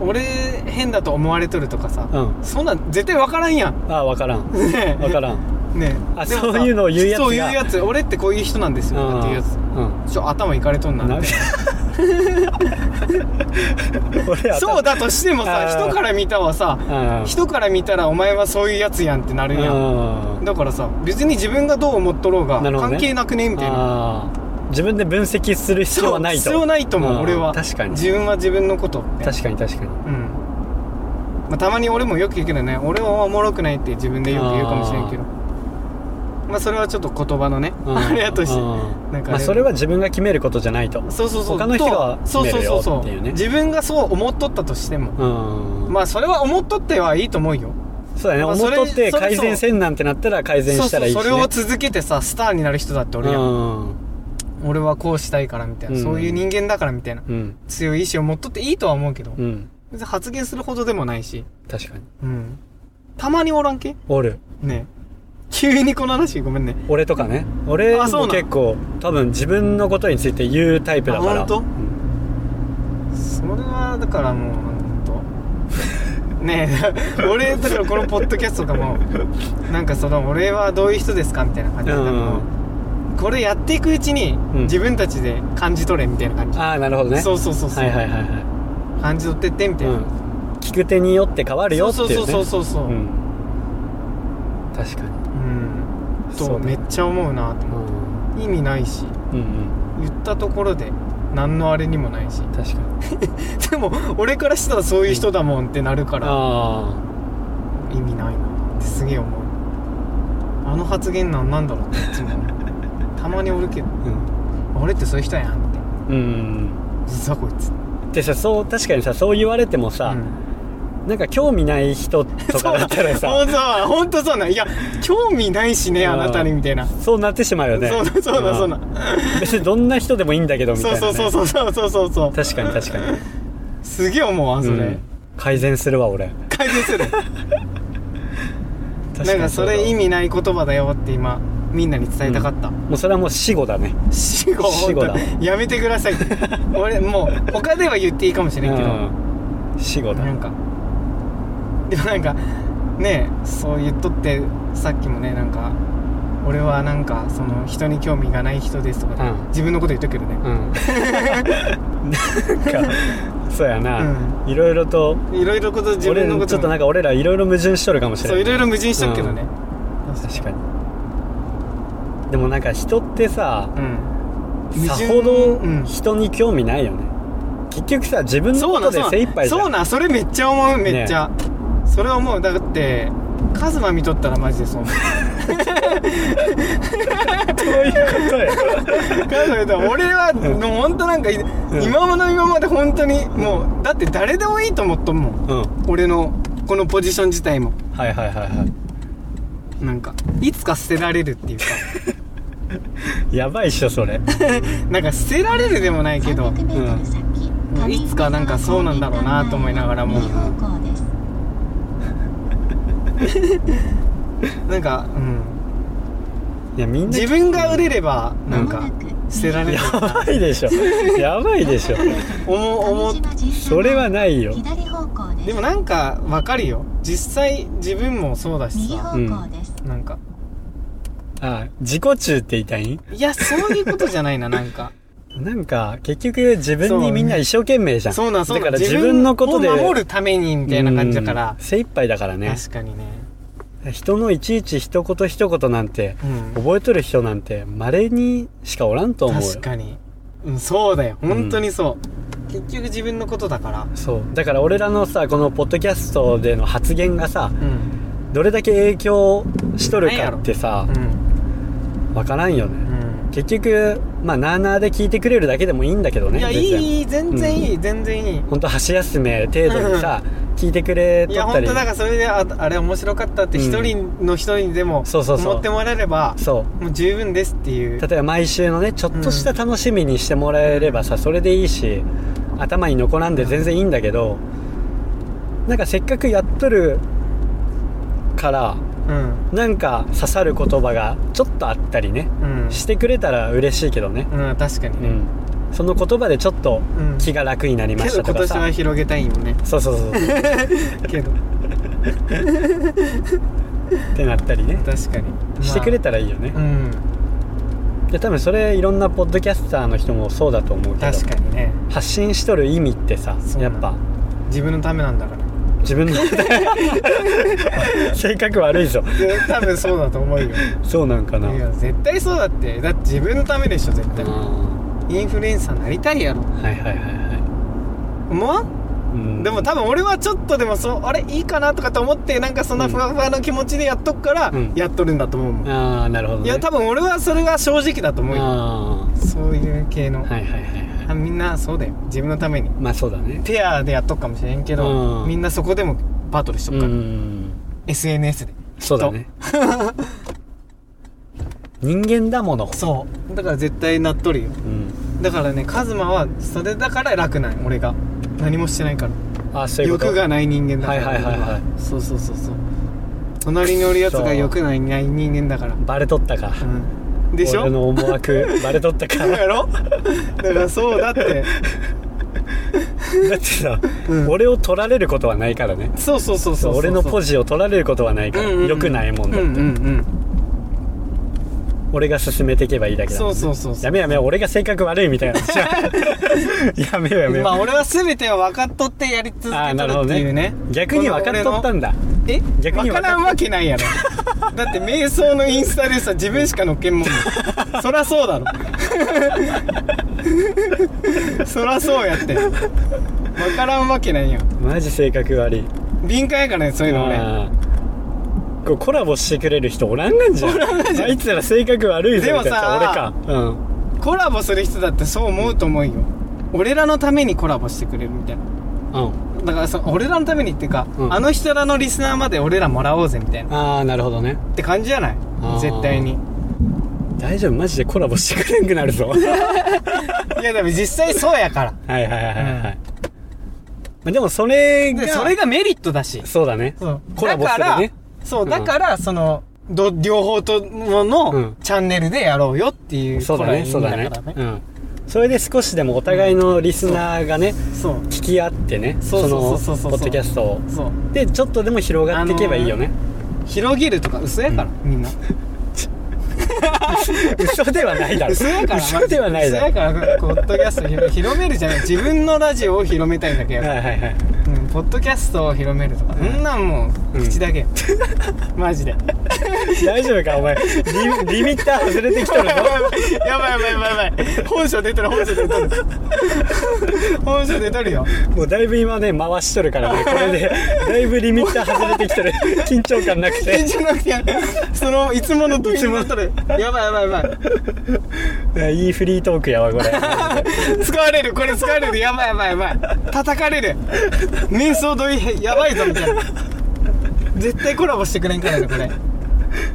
B: 俺変だと思われとるとかさ、
A: うん
B: そんなん絶対分からん やん
A: ああ分からん
B: ねえ
A: 分からん
B: ねえ
A: あ
B: でも
A: そ
B: さ
A: ういうのを言うやつが
B: そういうやつ俺ってこういう人なんですよっていうやつ
A: うんうん
B: ちょ頭いかれとんな
A: な
B: みたい
A: 俺
B: なそうだとしてもさ
A: あー
B: 人から見たはさ
A: だ
B: 人から見たらお前はそういうやつやんってなるやんだからさ別に自分がどう思っとろうが
A: なるほどね
B: 関係なくねみたいな
A: 自分で分析する必要はないと
B: そう必要ないと思う
A: あー
B: 俺は
A: 確かに
B: 自分は自分のことって
A: 確かに確かに
B: うんまあ、たまに俺もよく言うけどね俺はおもろくないって自分でよく言うかもしれんけどまあそれはちょっと言葉のね
A: うん
B: あれやとして
A: うん
B: なんかあれ
A: まあ、それは自分が決めることじゃないと
B: そうそうそう
A: 他の人が
B: とそうそうそう
A: 決
B: そ
A: めるよっていうね
B: 自分がそう思っとったとしても
A: うん
B: まあそれは思っとってはいいと思うよ
A: そうだね、
B: まあ
A: 思っとっ
B: そ
A: て
B: れそれ
A: 改善せんなんてなったら改善
B: そう
A: した
B: そ
A: らい
B: う
A: いし、
B: そ
A: ね、
B: れを続けてさスターになる人だって俺やん俺はこうしたいからみたいな
A: うん
B: そういう人間だからみたいな
A: うんうん
B: 強い意志を持っとっていいとは思うけど
A: うん
B: 別に発言するほどでもないし
A: 確かに
B: うんたまにおらんけ
A: おる
B: ねえ急にこの話ごめんね
A: 俺とかね俺
B: あそう
A: も
B: なん
A: 結構多分自分のことについて言うタイプだから
B: あほんと
A: うん
B: それはだからもう本当 ねえ 俺だからこのポッドキャストとかもなんかその俺はどういう人ですかみたいな感じで、
A: うん
B: これやっていくうちに
A: ん
B: 自分たちで感じ取れみたいな感じ、
A: ああなるほどね
B: そううそうそうそう、
A: はいはいはいはい
B: 感じ取ってってみたいな、
A: うん、聞く手によって変わるよって
B: そ
A: いうう、ね、
B: そうそうそうそううん、
A: ん、確かに、そ
B: と
A: うね
B: めっちゃ思うなと
A: う
B: 思
A: ん、
B: う意味ないし
A: うんうん
B: 言ったところで何のあれにもないし
A: 確かに
B: でも俺からしたらそういう人だもんってなるから、
A: あ
B: 意味ないなってすげえ思うあの発言なんなんだろうっていつも思うたまにおるけど
A: あうん
B: 俺ってそういう人やんって
A: うんうん
B: 実はこいつ
A: うんでさそう確かにさそう言われてもさ、
B: うん
A: なんか興味ない人とかだったら
B: そう
A: さ
B: だ本当そうないや興味ないしね
A: うん
B: あなたにみたいな、
A: そうなってしまうよね
B: そうだそうだそうだ、
A: ん別にどんな人でもいいんだけどみたい
B: そう
A: な、ね、
B: そうそうそうそうそうそうそう
A: 確かに確かに
B: すげえ思うわそれ、
A: うん改善するわ俺
B: 改善する
A: 確かに
B: なんかそう
A: だわ
B: れ意味ない言葉だよって今みんなに伝えたかった、
A: もうそれはもう死後だね
B: 死後
A: 死後だわ
B: 本当やめてください俺もう他では言っていいかもしれんけど、
A: うん死後だ
B: なんかでもなんかねえそう言っとってさっきもねなんか俺はなんかその人に興味がない人ですとか、
A: うん
B: 自分のこと言っとくけどね
A: うん なんかそうやな、いろいろと
B: いろいろこと自
A: 俺
B: 分のこと
A: ちょっとなん
B: か
A: か俺らいろいろ矛盾しとるかもしれ
B: そ
A: な
B: うい
A: い
B: ろいろ矛盾しとくけどね、
A: 確かにでもなんか人ってさ
B: うん矛
A: さ
B: 盾
A: ほど
B: うん
A: 人に興味ないよね、結局さ自分の
B: そう
A: こ
B: な
A: と
B: ん
A: で
B: そうなん
A: 精一杯じゃん
B: そうなんそれめっちゃ思うめっちゃ、そそれはもうだってカズマ見とったらマジでそう思う
A: どういうことや
B: カズマ見とったら俺はもう本当なんかい今まの今まで本当にもうだって誰でもいいと思っとんもん
A: うん
B: 俺のこのポジション自体も
A: はいはいはいは
B: なんかいつか捨てられるっていうか
A: いやばいっしょそれ
B: なんか捨てられるでもないけど
A: うん
B: うんいつかなんかそうなんだろうなと思いながらも
C: 右方向です
B: なんかうん
A: いやみんな
B: 自分が売れればなん
C: 間
B: か
C: もなく
B: 捨てられる
A: やばいでしょやばいで しょ
B: 思う思う
C: 上島巡査
A: それはないよ
C: 左方向です
B: でもなんかわかるよ実際自分もそうだし
C: 右
B: さ
C: 方向です、
B: なんか
A: あ自己中って言いたいん
B: いやそういうことじゃないななん か
A: なんか結局自分にみんな一生懸命じゃん
B: そうなんそう
A: だ
B: な
A: から
B: ん
A: 自分のことで
B: 自分を守るためにみたいな感じだから
A: うん、精一杯だからね
B: 確かにね
A: 人のいちいち一言一言なんて
B: うん
A: 覚えとる人なんて稀にしかおらんと思うよ
B: 確かに、うん、そうだよ本当にそう、結局自分のことだから
A: そうだから俺らのさこのポッドキャストでの発言がさ
B: うん
A: どれだけ影響しとるかってさ
B: うん
A: 分からんよ
B: う
A: ね
B: ん
A: 結局まあなあなあで聞いてくれるだけでもいいんだけどね
B: いや
A: 全然
B: いい全然いい、全然いい
A: ほんと箸休め程度にさ聞いてくれ
B: い
A: と
B: や
A: った
B: 本
A: り
B: 当なんかそれでああれ面白かったって
A: うん
B: 一人の人にでも
A: そうそうそう
B: 思ってもらえれば
A: そう
B: もう十分ですっていう
A: 例えば毎週のねちょっとした楽しみにしてもらえればさ、それでいいし頭に残らんで全然いいんだけどなんかせっかくやっとるから
B: うん
A: なんか刺さる言葉がちょっとあったりね
B: うん
A: してくれたら嬉しいけどね
B: うん確か
A: う
B: にね
A: んその言葉でちょっと
B: うん
A: 気が楽になりま
B: け
A: し
B: ど
A: たと
B: 今
A: かさ、
B: 年は広げたいよね
A: そうそうそうそ う
B: けど
A: ってなったりね
B: 確かに、
A: してくれ
B: た
A: たらいいよね、
B: うん
A: で多分それいろんなポッドキャスターの人もそうだと思うけど
B: 確かにね
A: 発信しとる意味ってさ
B: そうな
A: や
B: の
A: っぱ
B: 自分のためなんだから
A: 自 分の性格悪いぞ
B: いや多分そうだと思うよ
A: そうなんかない
B: や絶対そうだってだって自分のためでしょ絶
A: あー
B: 対
A: は
B: インフルエンサーなりたいやろ
A: いはいはいは
B: 思わ
A: い、
B: ん
A: うん、
B: でも多分俺はちょっとでもそうあれいいかなとかと思ってなんかそんなふわふわの気持ちでやっとくから
A: うん
B: やっとるんだと思うもん、
A: ああなるほど、ね、
B: いや多分俺はそれが正直だと思うよ
A: あ
B: そういう系の、
A: あはいはいはいはい
B: あみんなそうだよ自分のために
A: まあそうだね
B: ペアでやっとくかもしれんけど、
A: うん
B: みんなそこでもバトルしと
A: う
B: くから、
A: ん
B: SNS で
A: そうだね人間だもの
B: そうだから絶対なっとるよ
A: うん
B: だからねカズマはそれだから楽なん俺が何もしてないから
A: あそういうこと
B: 欲がない人間だから
A: はいはいはいはい
B: 俺そうそうそうそう隣におるやつが欲ないない人間だから
A: バレとったか
B: うんでしょ
A: 俺の思惑バレとった かだ
B: やろだからそうだって
A: ってさ、
B: うん
A: 俺を取られることはないからね
B: そうそうそうそう
A: 俺のポ
B: ジ
A: ジを取られることはないから、良よくないもんだ、
B: うんうんうん
A: 俺が進めていけばいいだけだ
B: そうそうそうそ
A: やめやめ俺が性格悪いみたいな やめよや
B: う
A: めよ、
B: まあ俺は全ては分かっとってやり続け
A: あーなる
B: てる
A: ほ
B: っ
A: ど
B: ていうね
A: ね逆に分かっとったんだ
B: え
A: 逆に分かっ
B: 分からんわけな いやろだって瞑想のインスタでさ自分しか載っけんもんねそらそうだろ そらそうやって分からんわけないやん
A: マジ性格悪い
B: 敏感やからねそういうの俺
A: あーこれコラボしてくれる人おらんがんじゃんあいつら性格悪いぞ
B: でも
A: みたいな
B: さ
A: 俺かうん
B: コラボする人だってそう思うと思うよ俺らのためにコラボしてくれるみたいな
A: うん
B: だからそ俺らのためにっていうか、
A: うん
B: あの人らのリスナーまで俺らもらおうぜみたいな
A: ああなるほどね
B: って感じじゃない
A: あー
B: 絶対に
A: 大丈夫マジでコラボしてくれんくな るぞはい
B: いやでも実際そうやから
A: はいはいはいはい、まあでもそれが
B: でそれがメリットだし
A: そうだね
B: そう
A: コラボするね
B: そう
A: うん
B: だからそのど両方とも
A: う
B: の
A: ん
B: チャンネルでやろうよっていう
A: そうだねそうだね
B: コラボだか
A: う
B: ら
A: んそれで少しでもお互いのリスナーがね、
B: そう
A: 聞き合ってね
B: そうそうそうそうそう
A: のポッドキャストを
B: そう
A: でちょっとでも広がっていけばいいよ ね、
B: 広げるとか嘘やから、みんな
A: 嘘ではないだろ
B: 嘘やからマジ
A: 嘘ではないだろ
B: 嘘やからポッドキャスト広広めるじゃない自分のラジオを広めたいだけやか
A: はいはいはい
B: ら、うんポッドキャストを広めるとかそんなんもう口だけ、 マジで
A: 大丈夫かお前リリミッター外れてきとるぞ
B: やばいやばいやばいやばいやばい本性出とる本性出とる本性出とるよ
A: もうだいぶ今ね回しとるからねこれでだいぶリミッター外れてきとる緊張感なく
B: え
A: て
B: じゃなくてそのいつもの時に戻っとるやばいやばいやばい
A: いいフリートークやわこれ
B: 使われるこれ使われるやばいやばいやばい叩かれる面相どいやばいぞみたいな絶対コラボしてくれんからねこれ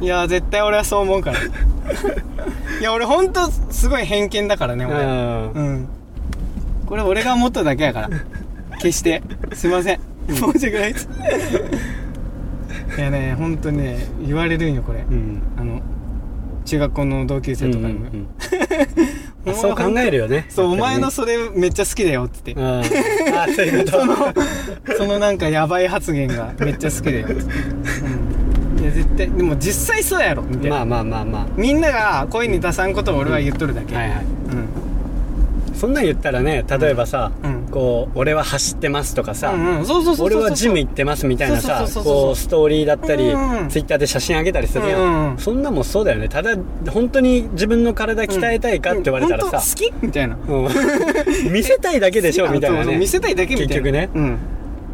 B: いや絶対俺はそう思うからいや俺ほんとすごい偏見だからね
A: う
B: 俺
A: ん
B: うんこれ俺が思っただけやから決してすいません申し訳ないですいやねほんとね言われるんよこれ
A: うん
B: あの中学校の同級生とかにも、
A: うんうんあそう考えるよね
B: そう、お前の
A: やっ
B: それめっちゃ好きだよって言っ
A: ぱりねうんあそう いうこと
B: て、そのなんかやばい発言がめっちゃ好きだ よって、うん、いや絶対でも実際そうやろみたいな、
A: まあまあまあま
B: みんなが声に出さんことを俺は言っとるだけ、
A: あはいはい
B: うん
A: そんなん言ったらね例えばさ、
B: うん
A: こう俺は走ってますとかさ、
B: うんうん、そうそうそうそう
A: 俺
B: そう
A: はジム行ってますみたいなさ
B: そうそうそうそうそう
A: こうストーリーだったり、
B: うんうん
A: ツイッターで写真上げたりするやん、
B: うんうん
A: そんなもんそうだよねただ本当に自分の体鍛えたいかって言われたらさ、
B: うんほんと好きみたいな
A: うん 見せたいだけでしょみたいな
B: そうそ
A: ね
B: う見せたいだけみたいな
A: 結局ね
B: うん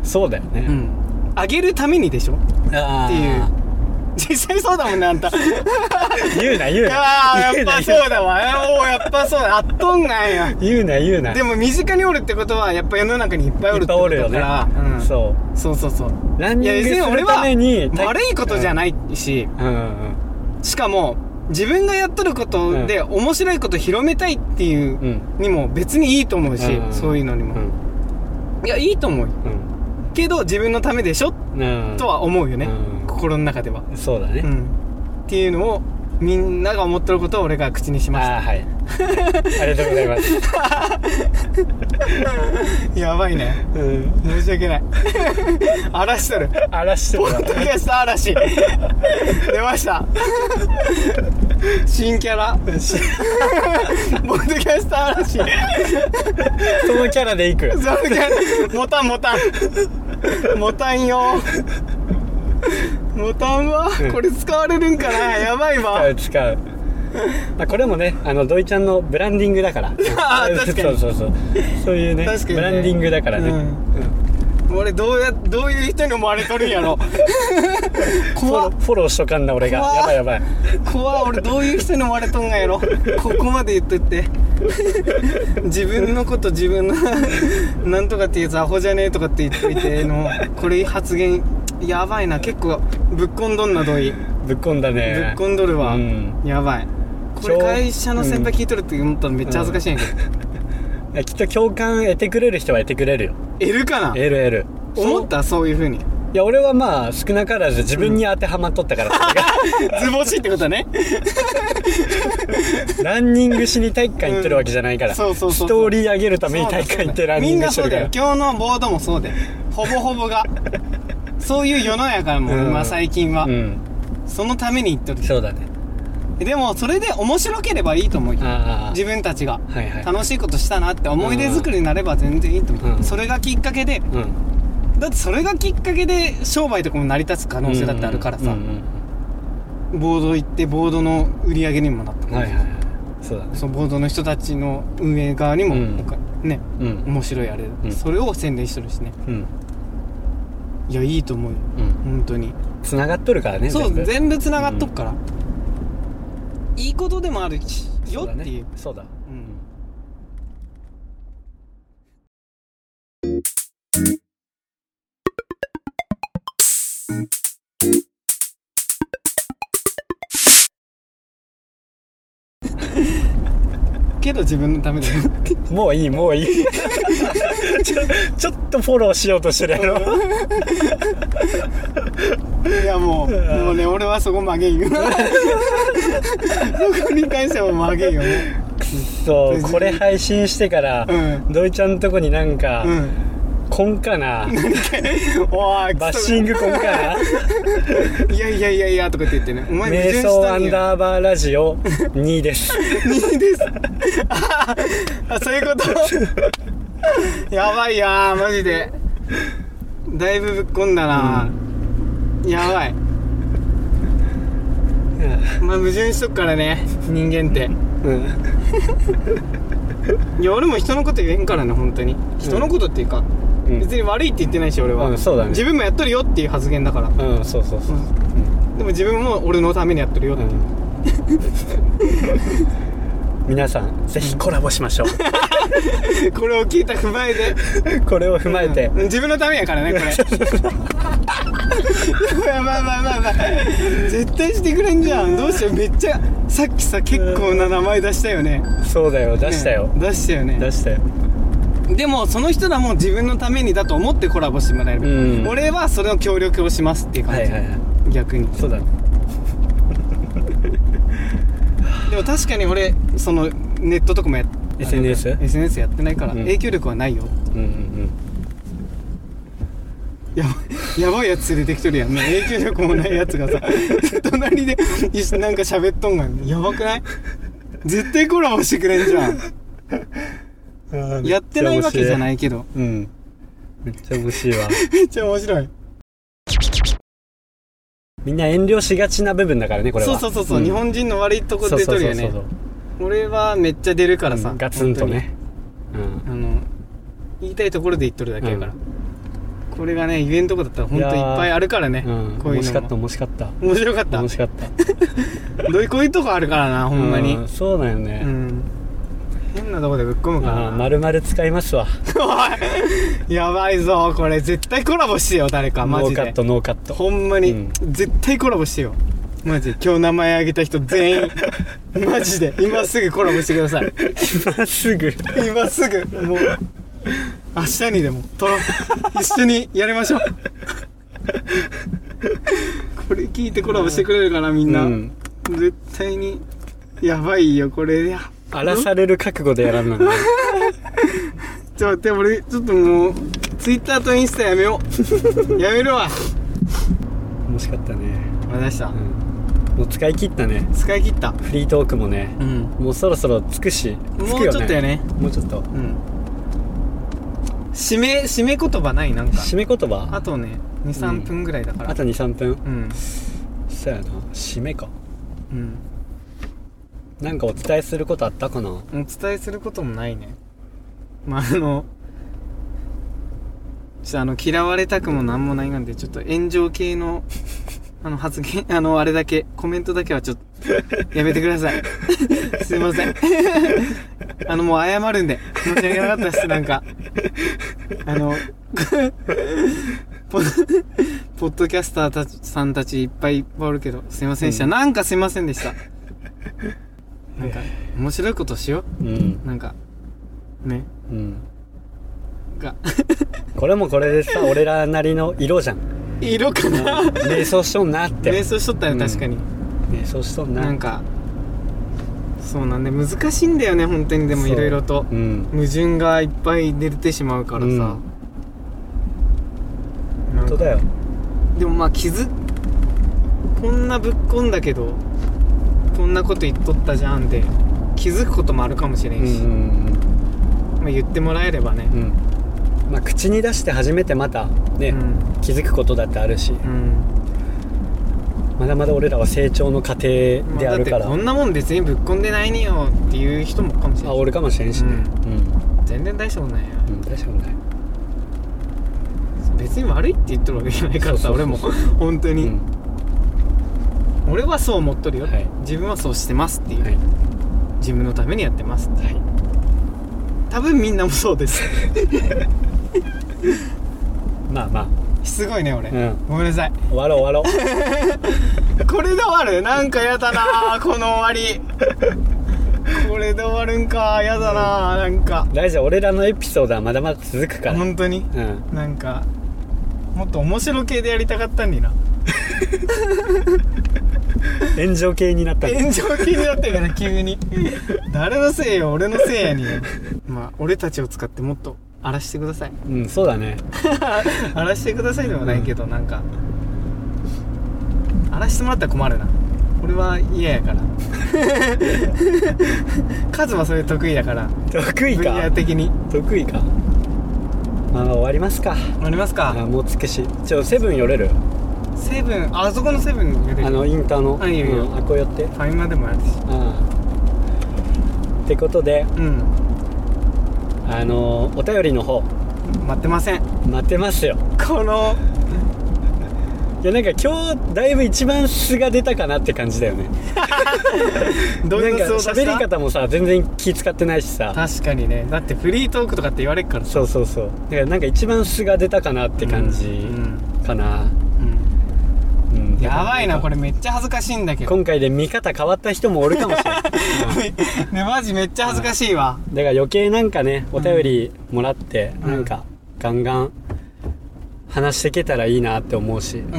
A: そうだよ
B: う
A: ね、
B: んあげるためにでしょ
A: あ
B: っていう実際そうだもんねあんた
A: て いう言うな言う
B: いや
A: な
B: ーやっぱそうだわおーやっぱそうだあっとんなん や
A: 言うな言うな言うな
B: でも身近におるってことはやっぱ世の中にいっぱいお
A: い
B: るっ
A: ってぱい
B: こ
A: お
B: と
A: るよ
B: だか
A: ね、
B: ら、うんそ
A: そう
B: そうそう
A: ラン
B: い
A: ニ
B: や
A: ング
B: 別
A: す
B: に俺
A: る
B: は
A: ために
B: 悪いことじゃ
A: い、
B: ないし、
A: うんうん
B: しかも自分がやっとることで面白いこと広めたいっていう
A: うん
B: にも別にいいと思うし、
A: うん
B: そういうのに
A: う
B: も、
A: ん
B: いやいいと思うよ
A: うん
B: けど自分のためでしょ
A: うん
B: とは思うよね、
A: うん
B: 心の中では、
A: そうだ
B: う
A: ね、
B: ん、っていうのをみんなが思っとることを俺が口にしまし
A: ああはい ありがとうございます、
B: た やばいね
A: うん
B: 申し訳ない 荒らしとる
A: 荒らして
B: ポ
A: もら
B: ッ
A: う
B: ドキャスト嵐出ました新キャ ラポッドキャスト嵐そ
A: そのキャラでいく
B: のキャラボタンボタンボタンよボタンは
A: うん
B: これ使われるんかなやばい
A: 使
B: わ
A: う使うまあこれもねあの土井ちゃんのブランディングだから
B: あー確かに
A: そうそうそうそういうね
B: 確かにね
A: ブランディングだからね、
B: うん
A: うん
B: 俺どうやどういう人に思われとるんやろ
A: フォ
B: 怖
A: ロ
B: っ
A: ーフォローしとかんな俺が
B: 怖っ
A: やばいやばい
B: 怖っ俺どういう人に思われとんがやろここまで言っとって自分のこと自分のなんとかってやつアホじゃねえとかって言っといてのこれ発言やばいな結構ぶっこんどんな同意
A: ぶ
B: ぶ
A: っこんだ
B: っ
A: ね
B: こんどるわ、
A: うん
B: やばいこ
A: ちょ
B: れ
A: う
B: 会社の先輩聞いとるって思ったらめっちゃ恥ずかしいんやけど、
A: いやきっと共感得てくれる人は得てくれるよ
B: 得るかな
A: 得る得る
B: 思っ
A: そう
B: たそういうふうに
A: いや俺はまあ少なからず自分に当てはまっとったから、 それが
B: 図星ってことはね
A: ランニングしに体育館行ってるわけじゃないから、
B: うんそうそうそ
A: ス
B: う
A: トーリー上げるために体育館行ってランニングしてるから
B: みんなそうだよ今日のボードもそうだよほぼほぼがそういう世の中やからもう、
A: うん
B: 今最近は、
A: うん
B: そのために言っとる
A: そうだね
B: でもそれで面白ければいいと思うよ
A: あ
B: 自分たちが
A: あはいはい
B: 楽しいことしたなって思い出作りになれば全然いいと思う、
A: うん
B: それがきっかけで
A: うん
B: だってそれがきっかけで商売とかも成り立つ可能性だってあるからさ、
A: うんうん
B: ボード行ってボードの売り上げにもなった、
A: はいはいはいそうだね
B: そのボードの人たちの運営側にも、
A: うん
B: なんかね
A: うん
B: 面白いあれ、
A: ん
B: それを宣伝してるしね
A: うん
B: いやいいと思うよ
A: うん
B: 本当に
A: つながっとるからね
B: そう
A: 部
B: 全部つながっとくから、いいことでもあるしよ
A: そうだ
B: っていう
A: ねそうだ
B: うんけど自分のためだよ
A: もういいもういい ちょちょっとフォローしようとしてるやろ
B: いやもうもうね俺はそこ曲げんよそこに関しては曲げんよね
A: そうこれ配信してから
B: うん
A: 土井ちゃんのとこになんか
B: うん
A: こんかな
B: おい
A: バッシングこんか
B: いやいやいやいやとかって言ってねお
A: な
B: 前矛
A: 瞑
B: 盾
A: 想
B: した
A: ア
B: ん
A: ン
B: や
A: ダーバーラジ オ2です
B: いいです ああそういうことやばいやマジでだいぶぶっこんだな、やばいまあ矛盾しとくからね人間って
A: うん
B: いや俺も人のこと言えんからね本当に人のことっていうか、
A: うん
B: 別に悪いって言ってないし俺は、
A: うんそうだね
B: 自分もやっとるよっていう発言だか
A: う
B: ら、
A: んそうそうそう
B: うんでも自分も俺のためにやっとるよって、
A: うん皆さんぜひコラボしましょう
B: これを聞いた踏まえで
A: これを踏まえて
B: うん自分のためやから ねこれまあまあまあまあまあ絶対してくれんじゃんどうしようめっちゃさっきさ結構な名前出したよね
A: そうだよ出したよ
B: ね出したよね
A: 出したよ
B: でもその人らも自分のためにだと思ってコラボしてもらえる、
A: うん
B: 俺はそれの協力をしますっていう感
A: は
B: じ、
A: いはいはい
B: 逆に
A: そうだね
B: でも確かに俺そのネットとかもや
A: SNS?
B: あ SNS やってないから、
A: うん
B: 影響力はないよ
A: うんうん
B: やばやばいやつ連れてきとるやんね影響力もないやつがさ 隣で一緒になんか喋っとんがやばくない絶対コラボしてくれんじゃん
A: うん
B: やってないわけじゃないいけど
A: うんめっちゃ面白いわ
B: めっちゃ面白い
A: みんな遠慮しがちな部分だからねこれは
B: そうそうそうそう、
A: ん
B: 日本人の悪いとこ出とるよね
A: そうそうそう
B: 俺はめっちゃ出るから
A: そう
B: さ、
A: うんガツンとねうん
B: 本当にあの言いたいところで言っとるだけやから、
A: う
B: これがね言えんとこだったら本当いっぱいあるからね
A: うん
B: こうい
A: 面
B: う
A: 白
B: の
A: かった
B: も
A: 面白かった
B: 面白かった
A: 楽しかった
B: どういうこういうとこあるからなほんまに
A: うそうだよ
B: う
A: ね、
B: ん変なとこでぶっ込む
A: あ
B: から
A: あ
B: な
A: ー丸々使いますわ
B: おい やばいぞこれ絶対コラボしてよ誰かマ
A: ノ
B: ジ
A: ーカッ
B: で
A: トノーカット
B: ほんまに、
A: うん
B: 絶対コラボしてよマジで今日名前挙げた 人全員マジで今すぐコラボしてください
A: 今すぐ
B: 今すぐもう明日にでも撮ろう一緒にやり ましょうこれ聞いてコラボしてくれるかなみんな、
A: うん
B: 絶対にやばいよこれや
A: 荒らされる覚悟でやらんのね
B: ちょっと待って、俺、ちょっともう、ツイッターとインスタやめよ う。やめるわ。
A: 面白かったね、
B: わかりました
A: うん。もう使い切ったね
B: 使い切った。
A: フリートークもね
B: うん。
A: もうそろそろつくしつ
B: も
A: く
B: うちょっとやね。
A: もうちょっと
B: うん。締め、締め言葉ないなんか。
A: 締め言葉
B: あとね、2、3分ぐらいだか
A: あ
B: ら。
A: と23分
B: うん。
A: そうやな締めか
B: うん。
A: なんかお伝えすることあったかな
B: お伝えすることもないね。まあ、あの、ちょっとあの、嫌われたくもなんもないなんで、ちょっと炎上 系の、あの、発言、 あの、あれだけ、コメントだけはちょっと、やめてくださ い。すいません。あの、もう謝るんで、申し訳なかったです、なんか。あの、ポッポッドキャスターたちさんたちいっぱいいっぱいおるけど、すいませんでした。
A: うん
B: なんかすいませんでした。なんか、面白いことしよう。
A: うん
B: なんか、ね、
A: うん
B: が、
A: これもこれで さ俺らなりの色じゃん
B: 色かな
A: 瞑想しとんなって
B: 瞑想しとったよ、
A: うん
B: 確かに。
A: 瞑想しとんな
B: なんか、そうなんで、難しいんだよね、本当に、でも
A: そう
B: いろいろと
A: う。ん
B: 矛盾がいっぱい出てしまうからさ。
A: うん
B: なん
A: 本
B: か
A: 当だよ
B: でもまあ、傷、こんなぶっこんだけど、こんなこと言っとったじゃんって、気づくこともあるかもしれ
A: うん
B: ん
A: う
B: し、
A: ん
B: まあ、言ってもらえればね
A: うんう。んまあ口に出して初めてまたね、
B: うん
A: 気づくことだってあるし
B: うん
A: まだまだ俺らは成長の過程で
B: ま
A: あ
B: だっ
A: る
B: て
A: から、
B: こんなもん別にぶっこんでないねよっていう人もかもしれ
A: あ
B: ない
A: 俺かもしれんしねうん、
B: 全然大したことないや
A: うん確かにね
B: 別に悪いって言ってるわけじゃないからさ
A: そうそ
B: 俺
A: うそ
B: も
A: うそ
B: 本当
A: う
B: に、
A: ん
B: 俺はそう思っとるよ、
A: はい
B: 自分はそうしてますっていう、
A: はい
B: 自分のためにやってますって、多分みんなもそうです
A: まあまあ
B: すごいね俺、
A: うん
B: ごめんなさい
A: 終わろう終わろ う
B: これで終わるなんかやだなーこの終わりこれで終わるんかやだなーなんか
A: 大丈夫俺らのエピソードはまだまだ続くから
B: 本当に
A: うん
B: なんかもっと面白系でやりたかったんにな
A: 炎上系になった
B: 炎上気になってから急に誰のせいよ俺のせいやにまあ俺たちを使ってもっと荒らしてください
A: うんそうだね
B: 荒らしてくださいではないけど、なんか荒らしてもらったら困るな俺は嫌やから カズはそれ得意だから
A: 得意
B: 分
A: か
B: 野的に
A: 得意かまあまあ終わりますか
B: あります
A: あ
B: か
A: もうつくしちょセブン寄れる
B: セブンあそこのセブン出て
A: あ
B: る
A: のインターの、
B: あいいよいいよ
A: うんあこう寄って
B: ファミマでもあるし
A: うんってことで
B: うん
A: あのお便りの方
B: 待ってません
A: 待ってますよ
B: この
A: いやなんか今日だいぶ一番素が出たかなって感じだよね
B: どういう
A: なんか
B: の
A: 喋り方もさ全然気使ってないしさ
B: 確かにねだってフリートークとかって言われるから
A: そうそうそうだからなんか一番素が出たかなって感じ
B: うん
A: かな、
B: うん
A: うん
B: やばいなこ
A: れ
B: れめっちゃ恥ずかしいんだけ ど
A: 今回で見方変わった人もおるかも しれない
B: ねマジめっちゃ恥ずかしいわ
A: だから余計なんかねお便りもらって、
B: うん
A: なんかガンガン話していけたらいいなって思うし、
B: うん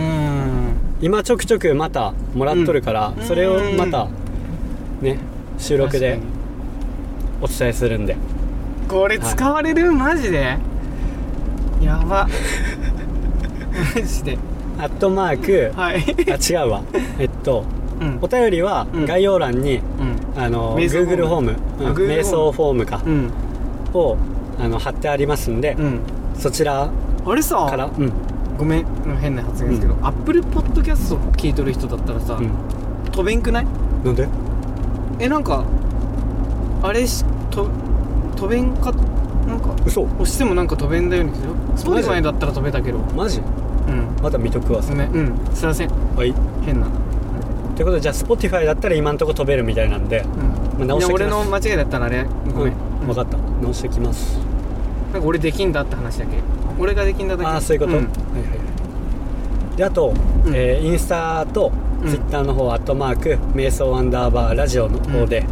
A: 今ちょくちょくまたもらっとるから、
B: うん
A: それをまたね収録で
B: 確か
A: お伝えするんで
B: にこれ使われるマジでやばマジで
A: アットマーク
B: はい
A: あ違うわえっと
B: うん
A: お便りは
B: うん
A: 概要欄に、
B: うん
A: あの
B: 瞑想フォーム
A: Google フォーム、うん
B: あ Google
A: 瞑想フォームか
B: う、ん
A: をあの貼ってありますんで、
B: うん
A: そちら
B: あれさ
A: からうん、
B: ごめん変な発言ですけど、アップルポッドキャスト聞いとる人だったらさ、
A: うん、
B: 飛べんくない
A: なんで
B: えなんかあれしと飛べんかなんか
A: 嘘
B: 押してもなんか飛べんだよねスポ
A: マ
B: ー
A: ジ
B: ツ前だったら飛べたけど
A: マジ
B: うん
A: また見とくわ
B: ごめんうんすいません
A: はい
B: 変な、
A: ということでじゃあ Spotify だったら今んとこ飛べるみたいなんで
B: うん
A: まあ直してきま
B: いや
A: す
B: 俺の間違いだったらあれごめん、
A: うん分かった直してきます
B: なんか俺できんだって話だけ俺ができんだだけ
A: ああそういうこと、
B: ん
A: はいはいはいであと、
B: うん
A: えーインスタと
B: うん
A: ツイッターの方、アットマーク瞑想アンダーバーラジオの方で、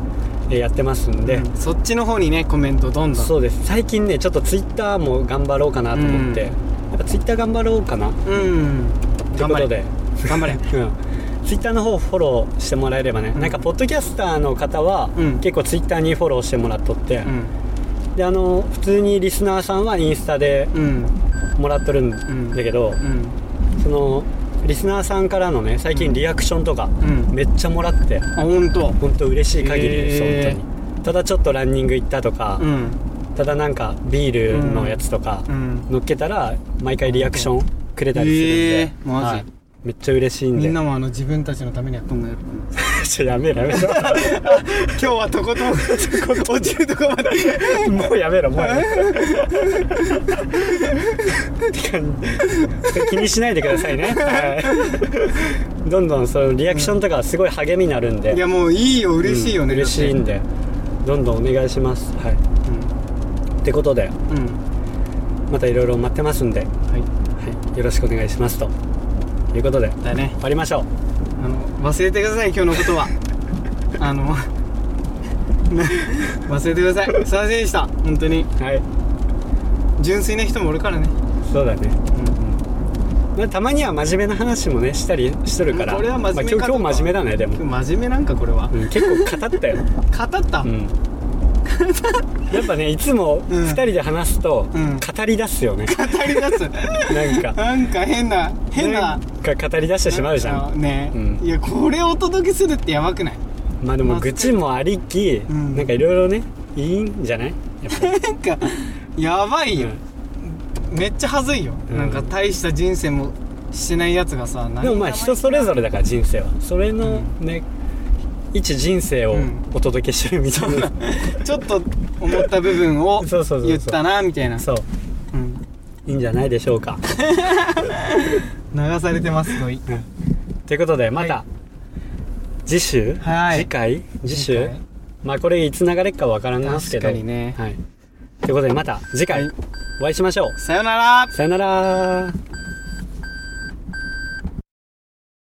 A: えーやってますんで、
B: うんそっちの方にねコメントどんどん
A: そうです最近ねちょっとツイッターも頑張ろうかなと思って、
B: う
A: やっぱツイッター頑張ろうかな
B: ううん
A: という
B: 頑
A: こ
B: 張
A: と
B: れ
A: で
B: 頑張 れ
A: うんツイッターの方フォローしてもらえればね、
B: うん
A: なんかポッドキャスターの方は、
B: うん
A: 結構ツイッターにフォローしてもらっとって、
B: うん
A: であの普通にリスナーさんはインスタで
B: うん
A: もらっとるんだけど、
B: うん
A: そのリスナーさんからのね最近リアクションとか
B: うん
A: めっちゃもらって
B: あ本当
A: 本当嬉しい限りです、
B: へー
A: 本当にただちょっとランニング行ったとか
B: う、ん
A: ただなんかビールのやつとか
B: うん
A: 乗っけたら毎回リアクションくれたりするんで、
B: へーマジ
A: はいめっちゃ嬉しいんで
B: みんなもあの自分たちのためにやっとんがやる
A: ちょや めろやめろ
B: 今日はとことん落ちるとこまで
A: もうやめろもうやめ ろって感じ気にしないでくださいね、はい、どんどんそのリアクションとかすごい励みになるんで
B: いやもういいよ嬉しいよね、
A: うん嬉しいん
B: だ
A: でどんどんお願いしますはいってことで
B: うん、うん、
A: またいろいろ待ってますんで、は、
B: はい
A: よろしくお願いしますということで
B: いだね
A: 終わりましょう
B: あの忘れてください今日の ことはあの 忘れてくださいすいませんでした本当に
A: はい
B: 純粋な人もおるからね、
A: そうだね
B: うん、
A: まあたまには真面目な話もねしたりしとるから
B: これは真面目
A: まあ、今
B: か
A: 日今日真面目だねでも、
B: 今日真面目なんかこれは
A: うん、結構語 ったよ、
B: 語った、
A: うん、やっぱねいつも
B: うん
A: 2人で話すと
B: うん
A: 語り出すよね、
B: 語り出 す
A: なんか
B: なんか変な 変な
A: なんか語り出してしまうじゃ
B: あ
A: ん
B: のね、
A: うん
B: いやこれお届けするってやばくない
A: まあでも愚痴もありき、
B: ん
A: なんかいろいろねいいんじゃないやっぱり
B: なんかやばいよ、めっちゃ恥ずいよ、
A: うん
B: なんか大した人生もしてないやつがさ
A: でもまあ
B: 何
A: 人それぞれだから人生はそれのね、一人生を
B: うん
A: お届けしてるみたい な、
B: ちょっと思った部分を
A: そうそうそうそう
B: 言ったなみたいな
A: そう
B: うん
A: いいんじゃないでしょうか
B: 流されてますすごい
A: ということでまた、
B: は
A: 次週、
B: はい
A: 次回次週
B: 次回
A: まあこれいつ流れっかわからんますけど
B: 確かにね
A: はい、ということでまた次回
B: はい
A: お会いしましょう、
B: さよなら
A: さよなら